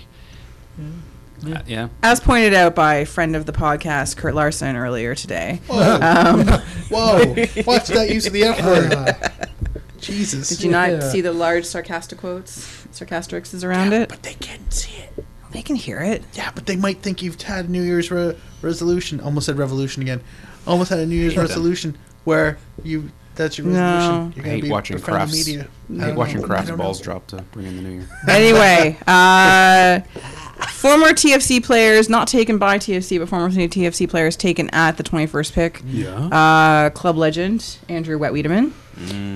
Uh, yeah. As pointed out by friend of the podcast, Kurt Larson, earlier today. um, Whoa! Watch that use of the F word. Uh, Jesus. Did you not Yeah. see the large sarcastic quotes, sarcastics around it? But they can't see it. They can hear it. Yeah, but they might think you've had a New Year's re- resolution. Almost said revolution again. Almost had a New Year's resolution where you. That's your No. resolution. You're I gonna hate be watching befriending crafts. media. I hate don't watching know. I crafts don't balls know. drop to bring in the new year. anyway, uh, former TFC players not taken by TFC, but former TFC players taken at the 21st pick. Yeah. Uh, club legend Andrew Wet Wiedemann.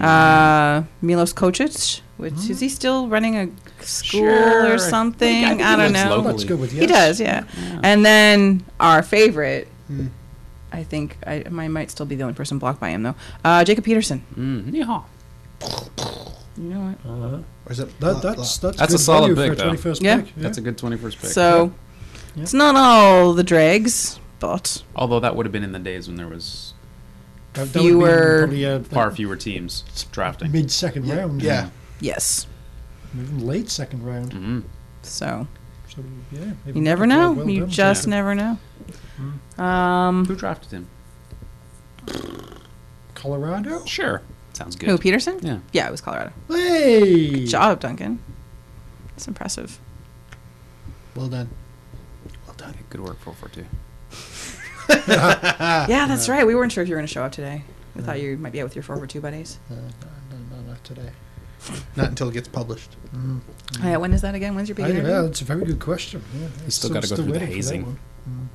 Uh, Milos Kocic, which is he still running a school Sure. or something? I I, think he don't lives know. local. let's go with yes. He does, yeah. And then our favorite. Hmm. I think I, I might still be the only person blocked by him though. Uh, Jacob Peterson. Mm, yeehaw. You know what? Or is it Uh-huh. That, that's that's, That's a good solid value for pick, a though. 21st Yeah. pick. Yeah. That's a good 21st pick. So it's not all the dregs, but Although that would have been in the days when there was That- that would be fewer- probably, uh, like far fewer teams drafting. mid second round. Yeah. yes. Even late second round. Mm-hmm. So So yeah, you never know. you just never know. Hmm. Um, Who drafted him? Colorado. Sure. Sounds good. Who Peterson? Yeah. Yeah, it was Colorado. Hey, Good job, Duncan. It's impressive. Well done. Good work, 442. yeah, that's right. We weren't sure if you were going to show up today. We thought you might be out with your four for two buddies. No, no, no, today. Not until it gets published. Yeah, Uh, when is that again? When's your big I, interview? yeah, Mm. that's a very good question. Yeah, I'm still gotta go through the waiting for that hazing. one.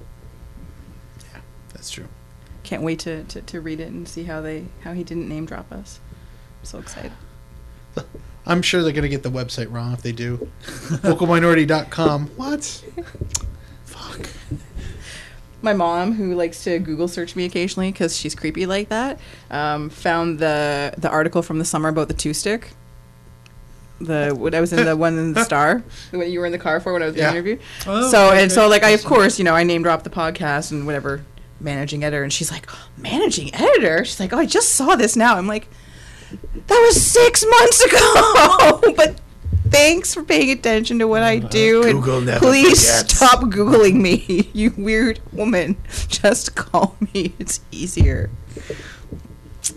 That's true. Can't wait to, to, to read it and see how they how he didn't name drop us. I'm so excited. I'm sure they're gonna get the website wrong if they do. Vocalminority.com. What? My mom, who likes to Google search me occasionally because she's creepy like that, um, found the the article from the summer about the two stick. the what I was in the one star the one you were in the car for when I was Yeah. in the interview. Oh, so okay, and so like I of course you know I name dropped the podcast and whatever managing editor and she's like managing editor she's like oh I just saw this now I'm like that was six months ago but thanks for paying attention to what I do and Uh, Google never please forgets. stop googling me you weird woman just call me it's easier.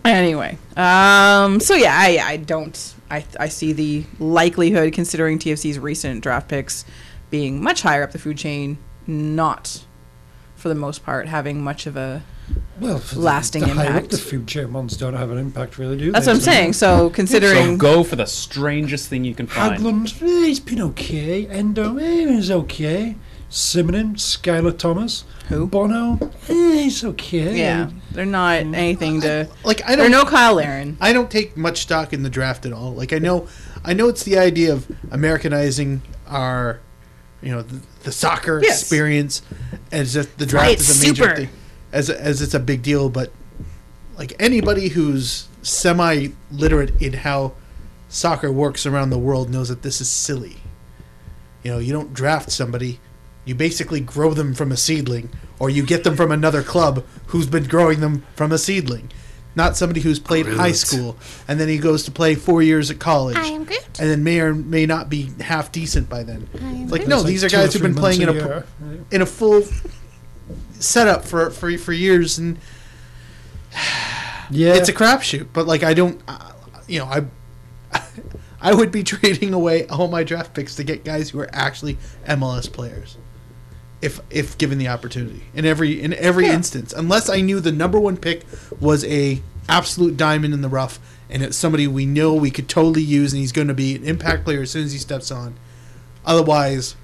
Anyway, um, so yeah, I, I don't. I, I see the likelihood, considering TFC's recent draft picks being much higher up the food chain, not for the most part having much of a. well, for the- lasting the higher up impact. the food chain ones don't have an impact, really, do That's they? what I'm saying. So So considering go for the strangest thing you can find. Hadland, eh, he's been okay. Endo, eh, he's okay. Simonin, Skylar Thomas, Who? Bono, eh, he's okay. yeah, they're not anything to. Like I They're don't no Kyle Laren. I don't take much stock in the draft at all. Like I know, I know it's the idea of Americanizing our, you know, the, the soccer Yes. experience, as if the draft it's is a major super. thing, as as it's a big deal. But like anybody who's semi literate in how soccer works around the world knows that this is silly. You know, you don't draft somebody. You basically grow them from a seedling, or you get them from another club who's been growing them from a seedling. Not somebody who's played high school and then he goes to play four years at college. I am Groot. And then may or may not be half decent by then. It's like, no, It's like these are two or guys who've three been playing in a, months pro- year. in a full setup for, for, for years and Yeah, it's a crapshoot. But like, I don't, uh, you know, I, I would be trading away all my draft picks to get guys who are actually MLS players, if if given the opportunity in every in every instance. Unless I knew the number one pick was a absolute diamond in the rough, and it's somebody we know we could totally use, and he's going to be an impact player as soon as he steps on. Otherwise,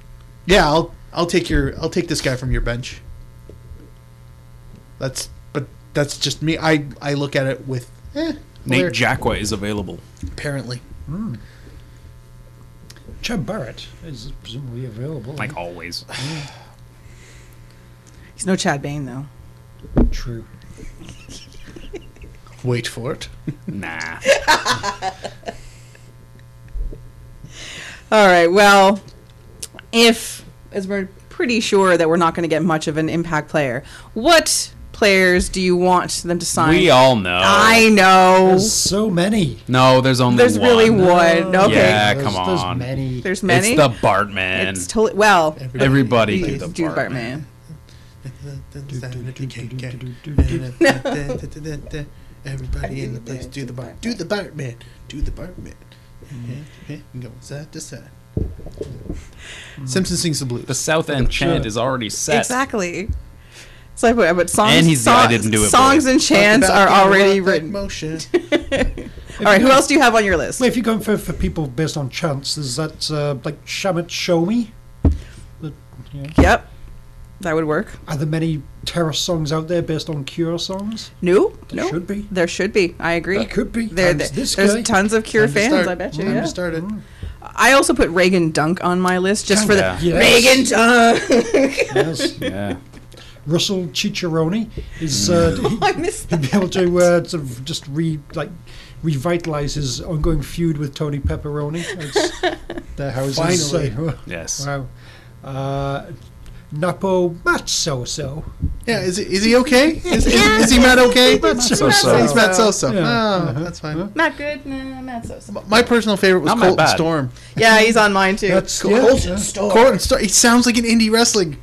yeah, I'll I'll take your I'll take this guy from your bench. That's but that's just me. I I look at it with eh, Nate where- Jacqua is available. apparently. Chad Barrett is presumably available. Like always. He's no Chad Bain though. True. Wait for it. nah. All right. Well, if as we're pretty sure that we're not going to get much of an impact player, what players do you want them to sign? We all know. I know. There's so many. no, there's only There's one. really one. Uh, Okay. Yeah, There's- come on. There's many. There's many. It's the Bartman. It's totally well. Everybody Dude do the Bartman. Bartman. Everybody in the place do the bar, do the Bartman, do the Bartman. Mhm. Go side to side. Simpson sings the blues. The South End chant Sure. is already set. Exactly. So I put, but songs. And he's the I song- didn't do it Songs boy. and chants Talk are about the already love that written. All Motion. right. Who else do you have on your list? Well, if you're going for, for people based on chance, is that uh, like Shamat Shomi? That, yeah. Yep. That would work. Are there many terror songs out there based on Cure songs? No. There no. should be. There should be. I agree. There could be. There, Times there- this there's guy. tons of Cure Time to fans. start. I bet you. Time Yeah. to start it. I also put Reagan Dunk on my list just for the Yes. Reagan Dunk. Yes. Yeah. Russell Cicciarone is uh, he- I missed he'd be able to uh, sort of just re like revitalize his ongoing feud with Tony Pepperoni. It's, their houses. Finally. So, Yes. wow. Uh, Napo Matsoso. Yeah, is he, is he okay? Is, is, is he not okay? So so. He's Matt So-so. Yeah. Oh, that's fine. Not good. No, not so. so. My personal favorite was Not Matt Colton Bad. Storm. Yeah, he's on mine too. That's yeah, yeah. Colton Storm. He sounds like an indie wrestling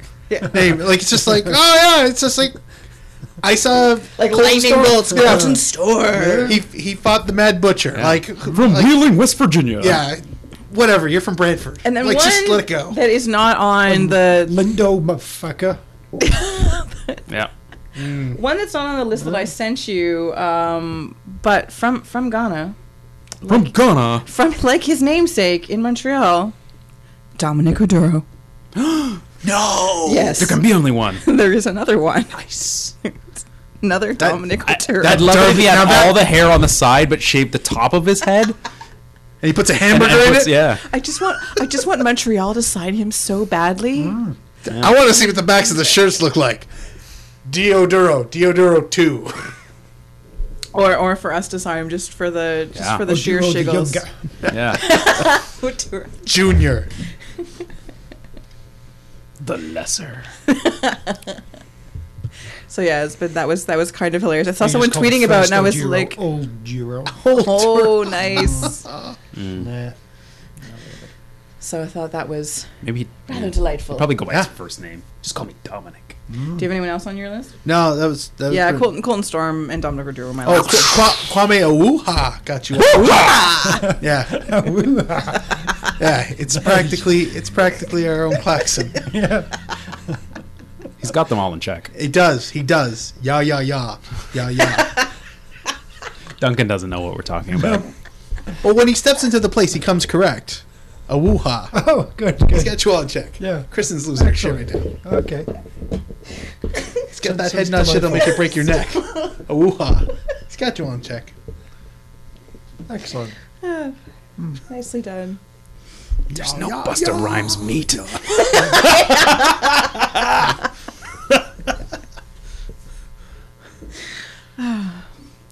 name. Like it's just like oh yeah, it's just like I saw like Colton lightning Storm- bolts, yeah. Colton Storm. He he fought the Mad Butcher. Like From like, Wheeling, West Virginia. yeah, whatever. You're from Brantford. And then like one just let it go. that is not Um, on the Uh, Lindo motherfucker. Yeah. one that's not on the list that I sent you, um, but from from Ghana, From Ghana. from like his namesake in Montreal, Dominic Oduro. No. There Yes, can be only one. there is another one. Nice. Another Dominic I, Oduro. would love it if he Now had that- all the hair on the side but shaved the top of his head. And he puts a and hamburger in puts- it. Yeah. I just want I just want Montreal to sign him so badly. I want to see what the backs of the shirts look like. Diodoro, Diodoro two. Or, or for us to sign him just for the just Yeah. for the Oh, sheer you old young shiggles. guy. Yeah. Junior. the lesser. so yeah, it's been that was that was kind of hilarious. I saw He's someone called tweeting about, it and I First was Old Euro, like, old Euro. "Oh, nice." Nah. so I thought that was Maybe rather he'd delightful. probably go by his first name. Just call me Dominic. Do you have anyone else on your list? No, that was that was yeah, pretty- Colton, Colton Storm and Dominic Drew were my Oh, list. Qu- Qu- Kwame Awuha got you. yeah, Oh, yeah. It's practically it's practically our own Claxon. He's got them all in check. It does. He does. Yeah, yeah, yeah, yeah, yeah. Duncan doesn't know what we're talking about. well, when he steps into the place, he comes correct. Awuha. oh, good, He's good. got you all in check. Yeah. Kristen's losing her shit right now. okay. He's got that head nod shit that'll make you break your neck. Awuha. He's got you on check. Excellent. Nicely done. There's no Busta Rhymes meat.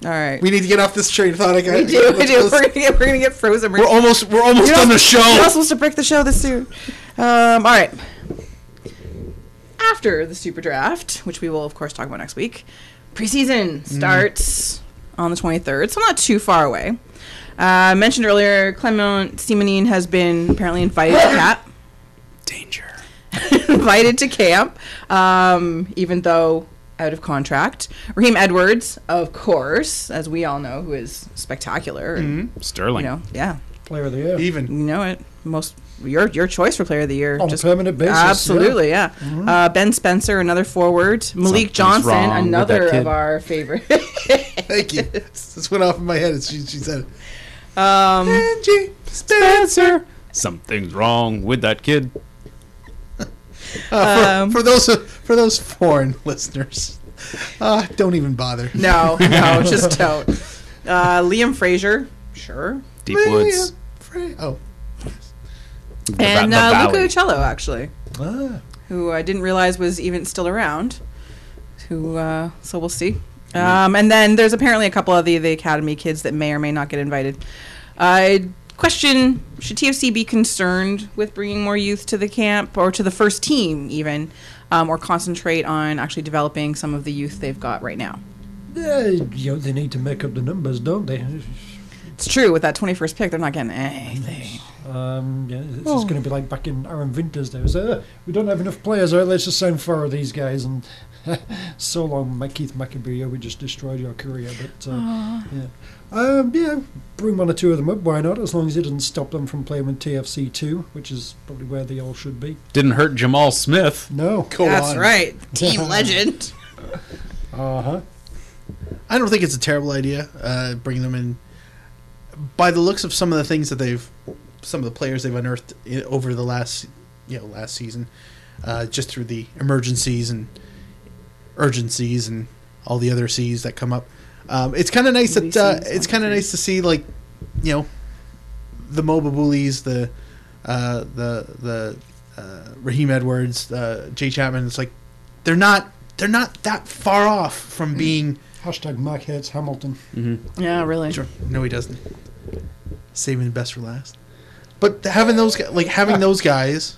All right. We need to get off this train of thought. I got. We do. We do. We're gonna get, we're gonna get frozen. We're, We're almost we're almost done the show. We're not supposed to break the show this soon. Um, all right. After the super draft, which we will of course talk about next week, preseason Mm. starts on the 23rd, so not too far away. Uh, mentioned earlier, Clement Simonin has been apparently invited to cap Danger. invited to camp, um, even though out of contract. Raheem Edwards, of course, as we all know, who is spectacular. and, Mm-hmm. Sterling. You know, yeah, Player of the year. Even you know it. Most your your choice for player of the year. On a permanent basis, yeah. Mm-hmm. Absolutely, yeah. Uh, ben Spencer, another forward. Malik Something's Johnson, wrong with another that kid. of our favorite. thank you. This went off in my head as she, she said it. um, Angie. Spencer. Something's wrong with that kid. Uh, for, Um, for those for those foreign listeners, uh, don't even bother. No, no, just don't. Uh, Liam Fraser, sure. Deep Woods. Fra- Oh, The va- And the uh, Luca valley. Uccello, actually. Ah, who I didn't realize was even still around. Who uh, so we'll see. Mm-hmm. Um, and then there's apparently a couple of the, the academy kids that may or may not get invited. I question: Should TFC be concerned with bringing more youth to the camp or to the first team even, um, or concentrate on actually developing some of the youth they've got right now? they, you know, they need to make up the numbers, don't they? It's true with that 21st pick, they're not getting anything. Um, yeah, it's going to be like back in Aaron Vinter's days. Uh, we don't have enough players. All right, let's just send four of these guys. And so long, Mike Keith McAbee. We just destroyed your career. But uh, yeah, um, yeah, bring one or two of them up. Why not? As long as it doesn't stop them from playing with TFC two, which is probably where they all should be. Didn't hurt Jamal Smith. No. go That's on. right, team legend. Uh huh. I don't think it's a terrible idea. Uh, bringing them in. By the looks of some of the things that they've, some of the players they've unearthed i over the last, you know, last season, uh, just through the emergencies and urgencies and all the other C's that come up. Um, it's kind of nice that uh, it's kind of nice to see like, you know, the Moba Bullies, the, uh, the the uh, Raheem Edwards, uh, Jay Chapman. It's like they're not they're not that far off from being. Hashtag Mike hates Hamilton. Yeah, really. Sure. No, he doesn't. Saving the best for last. But having those gu- like having those guys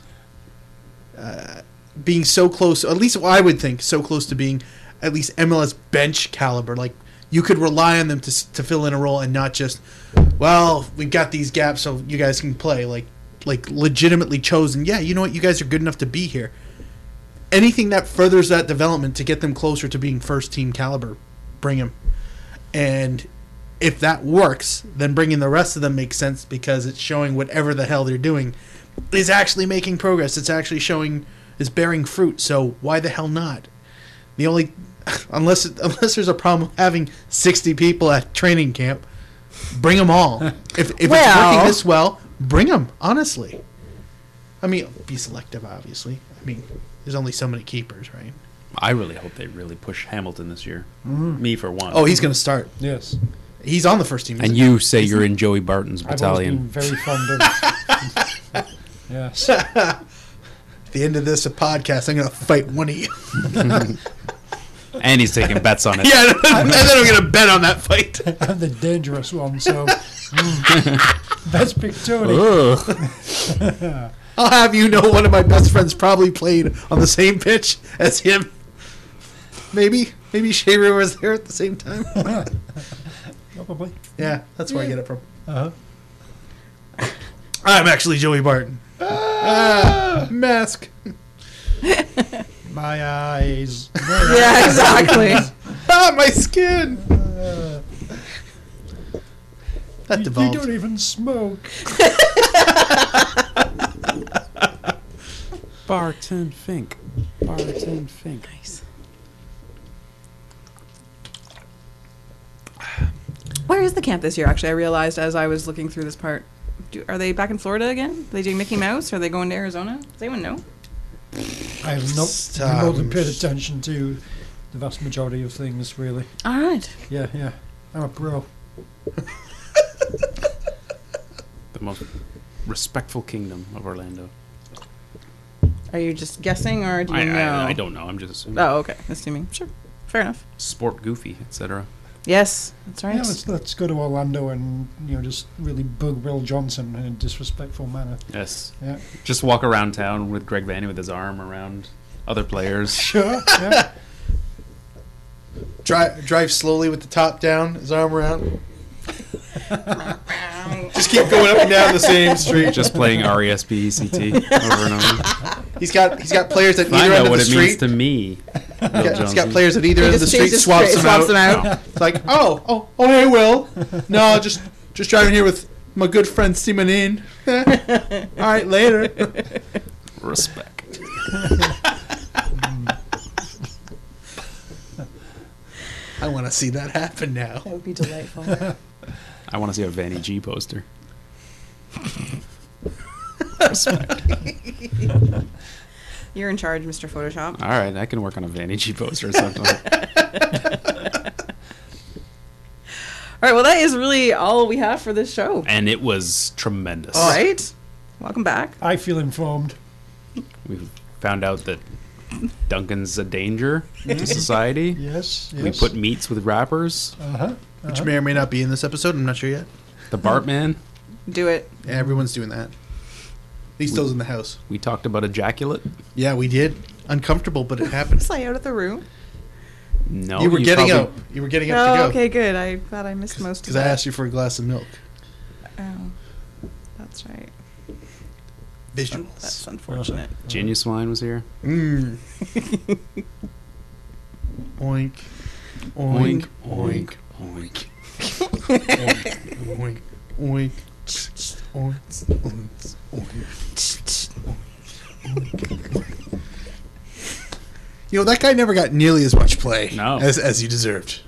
uh, being so close, at least I would think so close to being at least MLS bench caliber. Like you could rely on them to s- to fill in a role and not just, well, we've got these gaps so you guys can play. Like like legitimately chosen. Yeah, you know what? You guys are good enough to be here. Anything that furthers that development to get them closer to being first team caliber, bring them. And if that works, then bringing the rest of them makes sense because it's showing whatever the hell they're doing is actually making progress. It's actually showing is bearing fruit. So why the hell not? The only unless unless there's a problem with having 60 people at training camp, bring them all. If if it's Well- working this well, bring them. Honestly, I mean, be selective. Obviously, I mean, there's only so many keepers, right? I really hope they really push Hamilton this year. Me for one. Oh, he's gonna start. Yes. He's on the first team. and isn't you say you're in Joey Barton's I've always battalion. been very fond of. yes. he? at the end of this podcast, I'm gonna fight one of you. and he's taking bets on it. Yeah, and then I'm gonna bet on that fight. I'm the dangerous one, so mm. that's Big Tony. I'll have you know one of my best friends probably played on the same pitch as him. Maybe, maybe Shaver was there at the same time. Probably. Yeah, that's where I get it from. Uh-huh. I'm actually Joey Barton. Ah, mask. My eyes. yeah, exactly. Ah, my skin. Uh. That you, you devolved. don't even smoke. Barton Fink. Barton Fink. Nice. Where is the camp this year? Actually, I realized as I was looking through this part. Do, are they back in Florida again? Are they doing Mickey Mouse? Are they going to Arizona? Does anyone know? I have not, Um, not paid attention to the vast majority of things, really. All right. Yeah, yeah. I'm a pro. The most respectful kingdom of Orlando. Are you just guessing or do you I, know? I, I don't know. I'm just assuming. Oh, okay. Assuming. Sure. Fair enough. Sport Goofy, etc. Yes, that's right. Yeah, let's, let's go to Orlando and you know just really bug Will Johnson in a disrespectful manner. Yes. Yeah, Just walk around town with Greg Vanny with his arm around other players. sure. Yeah. Drive, drive slowly with the top down, his arm around. Just keep going up and down the same street. just playing E R-E-S-P-E-C-T over and over. He's got he's got players at either I end know of what the it means street. to me. Bill Yeah, he's got Johnson. players at either end of the just- he street. just Swaps, straight- them, out. swaps them out. It's like oh oh oh hey Will. No, just just driving here with my good friend Simon in. All right, later. Respect. I want to see that happen now. That would be delightful. I want to see a Vanny G poster. You're in charge, Mr. Photoshop. All right, I can work on a Vanny G poster or something. All right, well, that is really all we have for this show. and it was tremendous. Oh, All right. Welcome back. I feel informed. We found out that Duncan's a danger to society. Yes. yes. Uh-huh. We put meets with rappers. Which may or may not be in this episode. I'm not sure yet. The Bartman. Do it. Yeah, everyone's doing that. At least those in the house. We talked about ejaculate. Yeah, we did. Uncomfortable, but it happened. Slide out of the room. No, you were getting probably- up. You were getting up Oh, to go. okay, good. I thought I missed most of Because I that. asked you for a glass of milk. Oh, that's right. That's Visuals. unfortunate. Genuine was here. Mmm. oink. Oink. Oink. Oink. Oink. Oink. Oink. Oink. Oink. Oink. You know that guy never got nearly as much play No. as as he deserved.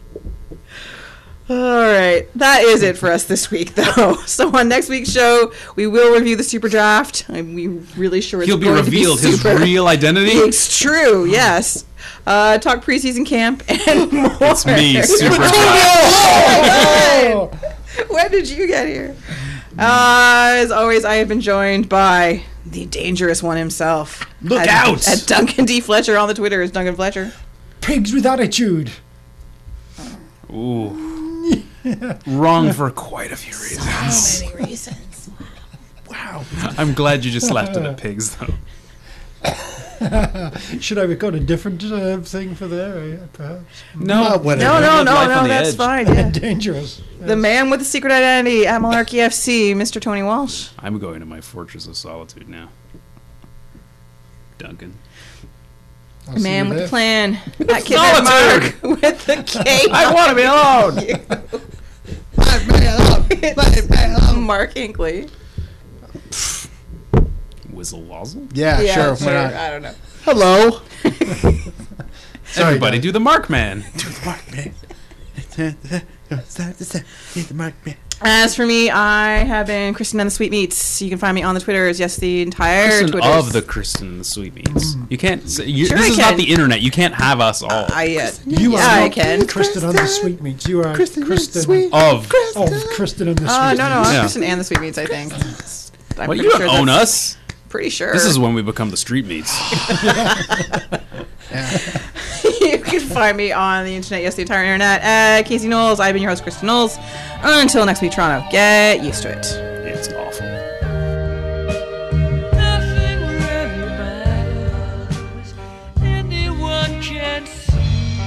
All right. That is it for us this week, though. So on next week's show, we will review the super draft. I'm we really sure it's He'll be going revealed to be his super. real identity. It's true, yes. Uh, talk preseason camp and more. It's me, super. Dry. Good. When did you get here? Uh, as always, I have been joined by the dangerous one himself. Look At- out! At Duncan D. Fletcher on the Twitter is Duncan Fletcher. Pigs with attitude. Ooh. Wrong for quite a few reasons. Wow. I'm glad you just laughed at the pigs, though. Should I record a different uh, thing for there? Uh, perhaps. No, No, whatever. no, Live no, on no, the that's edge. fine. Yeah. Dangerous. the man with the secret identity at E Malarkey FC, Mr. Tony Walsh. I'm going to my fortress of solitude now. Duncan. I'll The see man you with the there. plan at Kidnap Mark with the K. I want to be alone. Mark Inkley. Whizzle Wazzle. Yeah, Yeah, sure. sure. Why not? I don't know. Hello. Sorry, Everybody, do the Mark Man. As for me, I have been Kristen and the Sweetmeats. You can find me on the Twitters. Yes, the entire Kristen Twitters. of the Kristen and the Sweetmeats. You can't. Say, you, Sure this I is not can. the internet. You can't have us all. I, uh, You yeah, are I not can. Kristen on the sweetmeats. You are Kristen, Kristen of. of Kristen on the Uh, no, sweetmeats. no, I'm Yeah. Kristen and the Sweetmeats, I think. I'm What, pretty you don't sure own that's- us. Pretty sure. This is when we become the street meats. you can find me on the internet, yes, the entire internet, at Casey Knowles. I've been your host, Kristen Knowles. Until next week, Toronto, get used to it. It's awful. Nothing really matters. Anyone can see.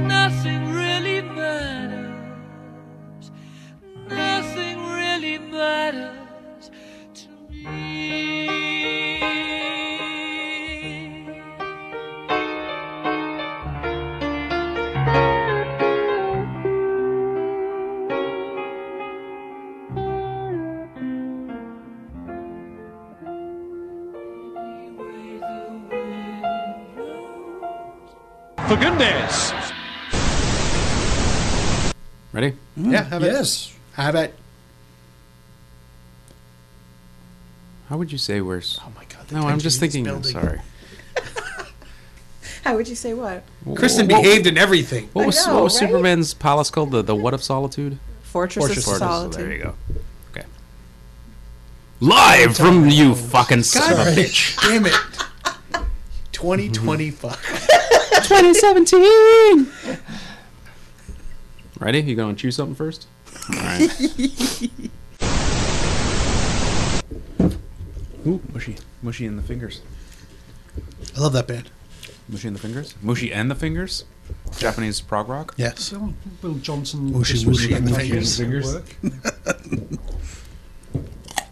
Nothing really matters. Nothing really matters to me. Ready? Yeah, have it. Yes. Have it. How would you say we're? s- Oh my god. the no, I'm just tension thinking. in I'm this sorry. How would you say what? Wh- Kristen wh- what, behaved in everything. What was I know, what was right? Superman's palace called? The the what of solitude? Fortress, Fortress of of Solitude. Solitude. There you go. Okay. Live from you fucking son of a God bitch. damn it. 2020 fuck. 2017. Ready? You going to choose something first? All right. Ooh, mushy, mushy in the fingers. I love that band. Mushy in the fingers. Mushy and the fingers. Japanese prog rock. Yes. Oh, Will Johnson. Whooshy, this was whooshy the in the magic fingers. work.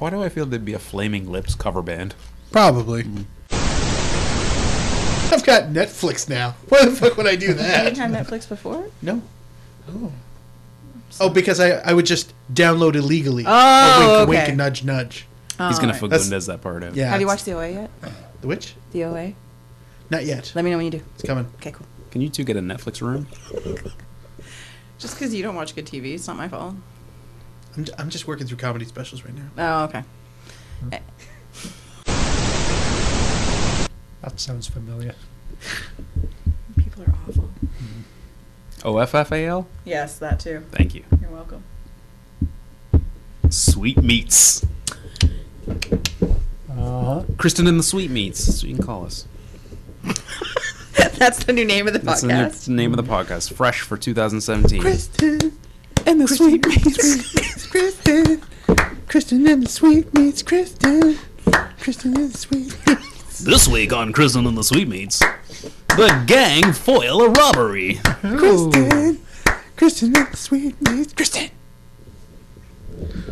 Why do I feel there'd be a Flaming Lips cover band? Probably. Mm-hmm. I've got Netflix now. Why the fuck would I do You that? didn't have Netflix before? No. Oh. Oh, because I, I would just download illegally. Oh, wink, wink okay. and nudge, nudge. He's gonna Alright. fuck That's- Glendes that part out. Yeah. Have you watched The OA yet? The Witch? The OA? Not yet. Let me know when you do. It's coming. Okay, cool. Can you two get a Netflix room? Just because you don't watch good TV, it's not my fault. I'm, j- I'm just working through comedy specials right now. Oh, okay. That sounds familiar. People are awful. OFFAL. Yes, that too. Thank you. You're welcome. Sweet meats. Uh huh. Kristen and the Sweet Meats. That's what you can call us. That's the new name of the That's the, podcast. new- name of the podcast. Fresh for 2017. Kristen, and the sweet Kristen, Kristen and the sweet meats, Kristen. Kristen and the sweet This week on Kristen and the Sweetmeats, the gang foil a robbery. Kristen. Kristen and the sweet meats, Kristen.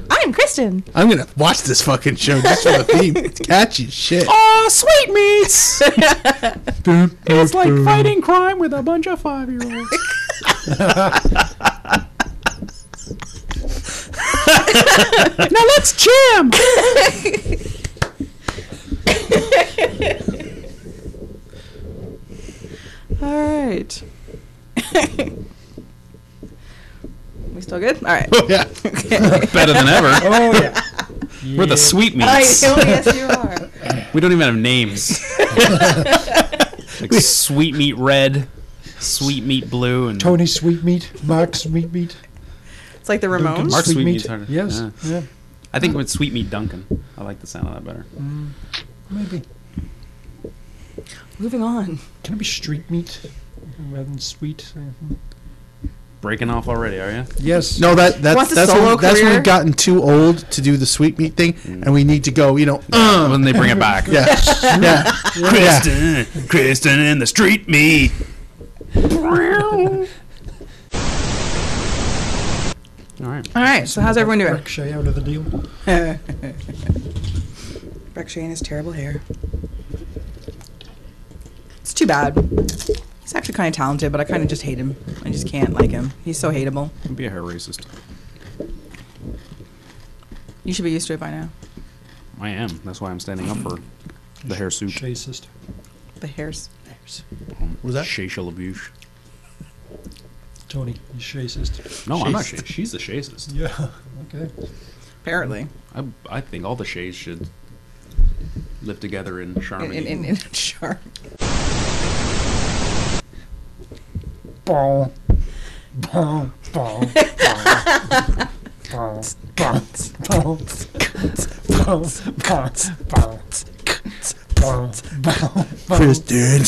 I'm Kristen. I'm gonna watch this fucking show just for the theme. It's catchy as shit. Oh, Sweetmeats! it's like fighting crime with a bunch of five year olds. now let's jam! All right. we still good? All right. Yeah. Better than ever. Oh yeah. We're the Sweetmeats. yes, you are. We don't even have names. like Sweet Meat Red, Sweet Meat Blue, and Tony Sweetmeat, Mark Sweetmeat, It's like the Duncan Ramones. Mark Sweetmeat. Sweetmeat's hard- Yes. yeah. Yeah. I think with Sweet Meat Duncan. I like the sound of that better. Maybe. Moving on. Can it be street meat rather than sweet? Mhm. Breaking off already, are you? Yes. No, that that's Wants a that's solo when, that's when career. we've gotten too old to do the sweet meat thing, and we need to go. You know, uh, when they bring it back. yeah, yeah, yeah. Kristen, Kristen in the street meat. All right. All right. So how's everyone doing? Ricochet out of the deal. Rex Shane has terrible hair. It's too bad. He's actually kind of talented, but I kind of just hate him. I just can't like him. He's so hateable. Don't be a hair racist. You should be used to it by now. I am. That's why I'm standing up for the hair soup. Racist. The hair's. Was that? Shacial abuse. Tony, he's racist. No, I'm not. Sha- she's a shacist. Yeah. Okay. Apparently. I, I think all the shays should live together in In, harmony. in, in, in sharp. Bon. Bon. Bon. Bon. Bon. Bon. Bon. Bon. Bon. Bon. Bon. Bon. Kristen,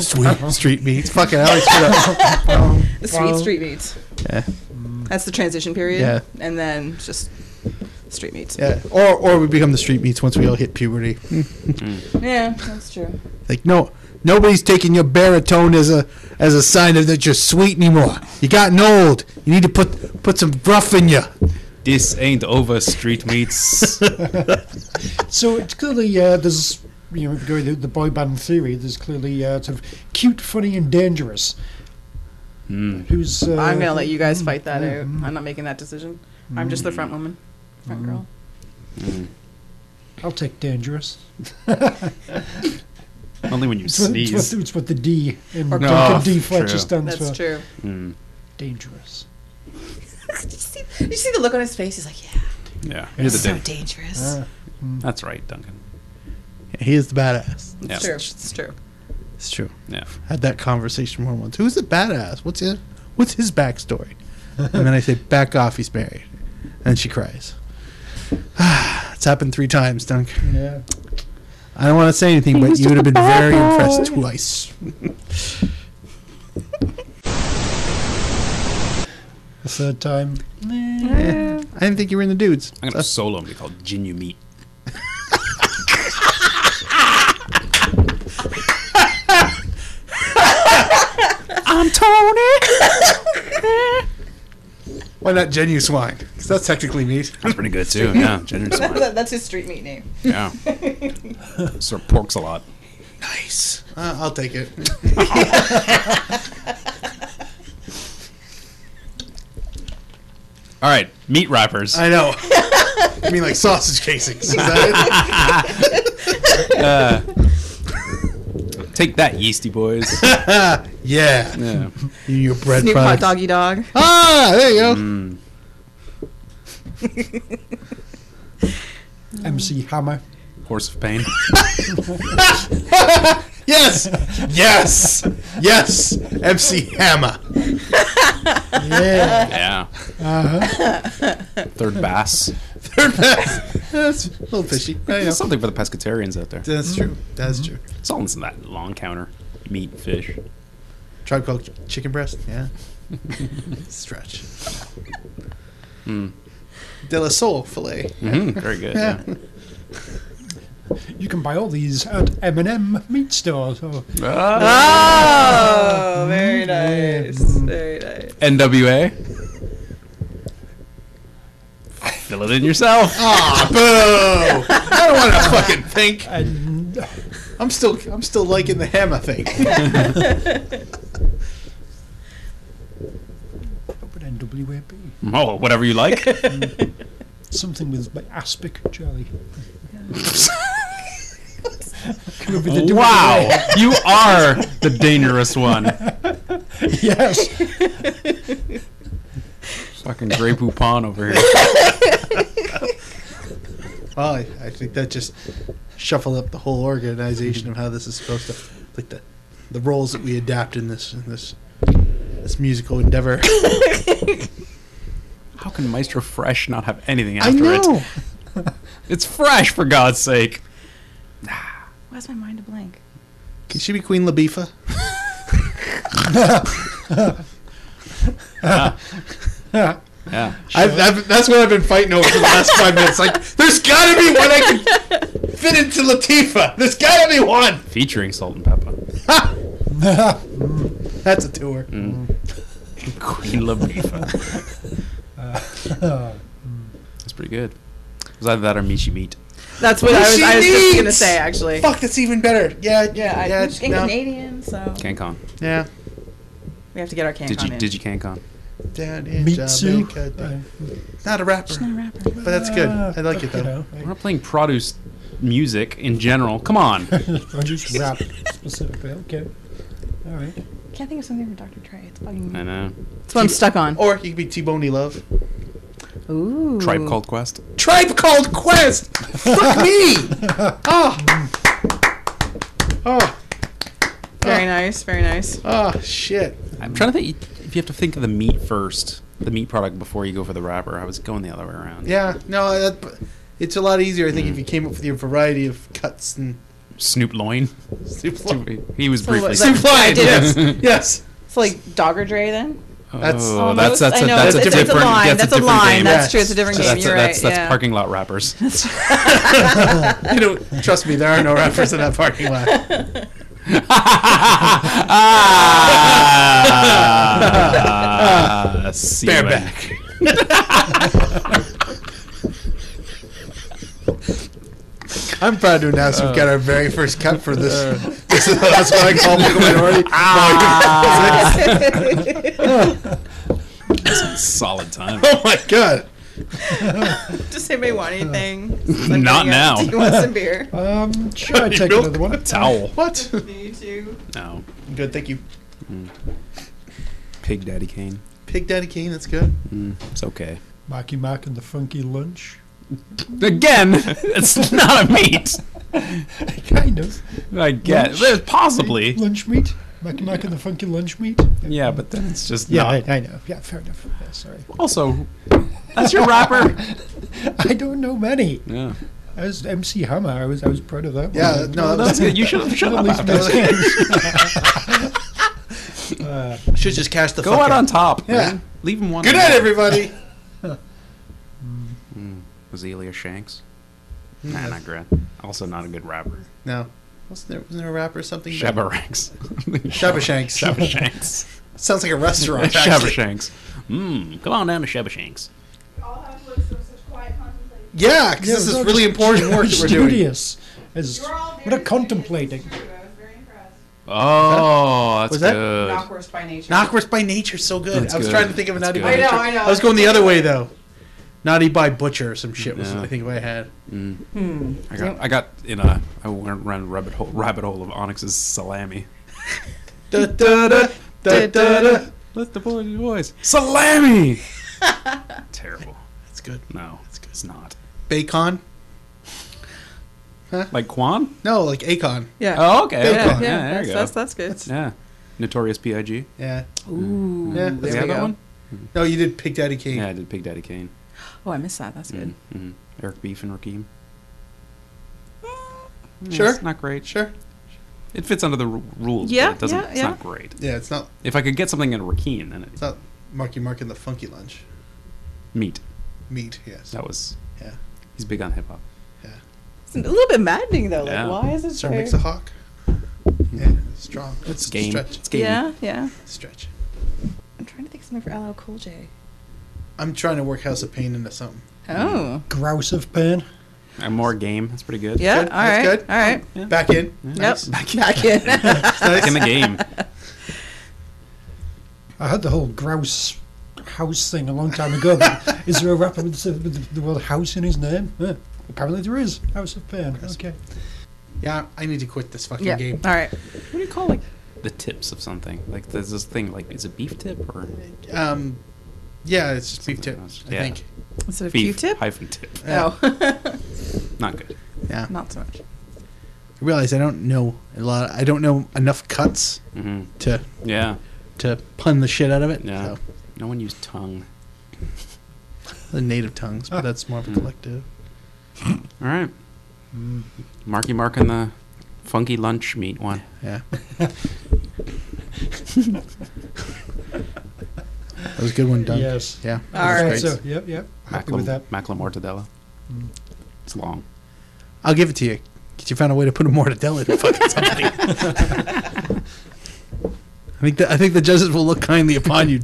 Sweet street meats. Fucking Alex. Put up. The sweet street meats. Yeah. That's the transition period. Yeah. And then it's just street meats. Yeah. Or or we become the street meats once we all hit puberty. Yeah, that's true. Like no, nobody's taking your baritone as a as a sign of that you're sweet anymore. You gotten old. You need to put put some gruff in you. This ain't over, street meets. So it's clearly uh, there's you know if you go with the, the boy band theory. There's clearly uh, sort of cute, funny, and dangerous. Hmm. Who's uh, I'm going to let you guys fight that out. I'm not making that decision. I'm just the front woman, front Mm. girl. I'll take dangerous. Only when you It's what, it's what- sneeze. it's what the D in Or Duncan cough. D True. Fletcher stands That's for. true. Hmm. Dangerous. Did you, see, did you see the look on his face? He's like, yeah, Yeah, you're the so dick. dangerous. Ah, That's right, Duncan. He is the badass. Yeah, It's true. It's true. It's true. yeah. Had that conversation more than once. Who's the badass? What's his What's his backstory? and then I say, "Back off. He's married." And she cries. it's happened three times, Dunk. Yeah. I don't want to say anything, but you would have been very impressed twice. The third time. Mm. I didn't think you were in the dudes. I'm gonna solo him. They call Ginu meat. I'm Tony. Why not genuine? Because that's technically meat. That's pretty good too. Yeah, Ginu's smart. That- that's his street meat name. Yeah, Sir Pork's a lot. Nice. Uh, I'll take it. All right, meat wrappers. I know. I mean, like sausage casings. Is that Take that, yeasty boys. it? Yeah. Yeah. You your bread New hot products. doggy dog. Ah, there you go. MC Hammer. Horse of pain. Yes, yes, yes. MC Hammer. Yeah. Yeah. Uh-huh. Third bass. That's a little fishy. I know. Something for the pescatarians out there. That's true. That's true. It's all in that long counter. Meat, fish. Tribe called Ch- Chicken Breast. Yeah. Stretch. Mm. De la Soul filet. Mm-hmm. Very good. Yeah. you can buy all these at M&M meat stores. Or Oh, very nice. Mm-hmm. Very nice. NWA. Fill it in yourself. Ah, boo! I don't want to fucking think. and I'm still, I'm still liking the hammer thing. but NWAP. Oh, whatever you like. Something with like aspic jelly. Come up with a different Wow, you are the dangerous one. way. Yes. Fucking Grey Poupon over here. Well, I, I think that just shuffled up the whole organization of how this is supposed to, like the, the roles that we adapt in this, in this, this musical endeavor. How can Maestro Fresh not have anything after it? It's fresh, for God's sake. Why's my mind a blank? Can she be Queen Latifah? Yeah. I've, I've, that's what I've been fighting over for the last five minutes. Like, there's got to be one I can fit into Latifah. There's got to be one. Featuring Salt and Pepper. That's a tour. Queen Latifah. That's pretty good. It was either that or Michi Meat. That's what I was, she I was just going to needs? say, actually. Fuck, that's even better. Yeah, Yeah, I, yeah, in no. Canadian, so CanCon. yeah. we have to get our can Did con you in. did you CanCon? Down in Meat soup. Jamaica. Uh, Not a rapper, rapper. but that's good. I like it Ah, you though. know, We're not playing produce music in general. Come on. I just rap specifically. Okay. All right. Can't think of something from Dr. Trey. It's bugging me. I know. That's what I'm stuck on. Or he could be T-Boney Love. Oh. Ooh. Tribe Called Quest. Tribe Called Quest. Fuck me. Oh. Oh. Very nice, very nice. Oh shit. I'm trying to think if you have to think of the meat first, the meat product before you go for the wrapper. I was going the other way around. Yeah. No. That, it's a lot easier, I think, if you came up with your variety of cuts and Snoop Loin. Snoop Loin. He was So briefly. what- Snoop Lion, Yeah, I yes, yes. So like Dogger Dre then? That's- oh, Almost? that's that's I a, know, that's a it's- it's a different line, that's, that's a a different line, game. that's Yeah. true, it's a different So game, that's, you're that's, right, that's yeah. parking lot rappers. You know, trust me, there are no rappers in that parking lot. ah, see you later. I'm proud to announce we've got our very first cup for this. this is, that's what I call vocal minority. Ah. Ah. Solid time. oh my god! Does anybody want anything? Not now. Do you want some beer? Um, should I take Milk. another one? Towel. What? Me too. No. Good, thank you. Pig Daddy Kane. Pig Daddy Kane, that's good. It's okay. Marky Mark and the Funky Lunch. Again, it's not a meat. Kind of. I guess. Lunch. Possibly. Lunch meat. Marky Mark and the Funky Lunch meat. Yeah, but then it's just Yeah, not. I, I know. Yeah, fair enough. Yeah, sorry. Also, that's your rapper. I don't know many. Yeah. As MC Hammer, I was I was proud of that. one. Yeah, no, that That's good. You should shut At up. least after my this. was, should just cash the Go fuck out on top. Yeah. man. Leave him one. Good on night, top. everybody. Was Elia Shanks? Nah, not great. Also, not a good rapper. No, wasn't there, wasn't there a rapper or something? Shabba Ranks. Shabba Shanks. Shabba Shanks. Sounds like a restaurant. Shabba actually. Shanks. Mmm. Come on down to Shabba Shanks. Yeah, because Yeah, this so is really just- important work that we're doing. Studious. As what a contemplating. Oh, that's Was that- good. Knockwurst by nature. Knockwurst by nature, so good. That's I was good. trying to think of a That's naughty good. by I nature. know, I know. I was going the other way though. Naughty by butcher or some shit was Yeah. I think what I had. I got, I got in a, I went around a rabbit hole, rabbit hole of Onyx's salami. Da, da, da, da, da, da. Let the boys, the boys. Salami! Terrible. That's good. No, it's, it's not. Bacon? Like Quan? No, like Akon. Yeah. Oh, okay. Bacon. Yeah, yeah, Yeah, there that's, you go. that's that's good. yeah. Notorious P.I.G. Yeah. Ooh, Did Yeah. There you we have that go. one? No, you did Pig Daddy King. Yeah, I did Pig Daddy Kane. Oh, I missed that. That's good. Mm-hmm. Eric Beef and Rakim. Yeah, Sure. It's not great. Sure. It fits under the r- rules. Yeah, But it doesn't, yeah, It's yeah. not great. Yeah, it's not If I could get something in Rakim, then it's it's not Marky Mark and the Funky Lunch. meat. Meat, yes. That was, Yeah. he's big on hip hop. It's a little bit maddening though. Like, Yeah. why is it Sir very- makes a hawk. Yeah, strong. It's Game. Stretch. Hmm. It's game. Yeah, yeah. Stretch. I'm trying to think of something for LL Cool J. I'm trying to work House of Pain into something. Oh, Grouse of pain. And more game. That's pretty good. yeah. Good, All right. that's good. All right. Back in. Hmm. Yep. Nice. Back Back in. in the game. I had the whole grouse house thing a long time ago. But is there a rapper with the, with the word house in his name? Huh. Apparently there is. House of pain. Okay. Yeah, I need to quit this fucking yeah. game. All right. What do you call like the tips of something? Like there's this thing like is it beef tip or Um, yeah, it's just beef tip, else. I Yeah. think. Instead of beef Q-tip. hyphen tip? Oh, Not good. Yeah. not so much. I realize I don't know a lot. I don't know enough cuts Mm-hmm. to Yeah, to pun the shit out of it. yeah. So, No one used tongue. the native tongues, but that's Hmm. more of a collective. All right. Mm. Marky Mark and the funky lunch meat one. Yeah. that was a good one, Doug. Yes. Yeah. All right. Great. So yep, yep. Happy with that. Mm. Macklemore Tadella. It's long. I'll give it to you. 'cause you found a way to put a mortadella in fucking something. I think the, I think the judges will look kindly upon you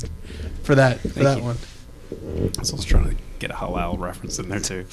for that for that you. one. I was also trying to get a halal reference in there too.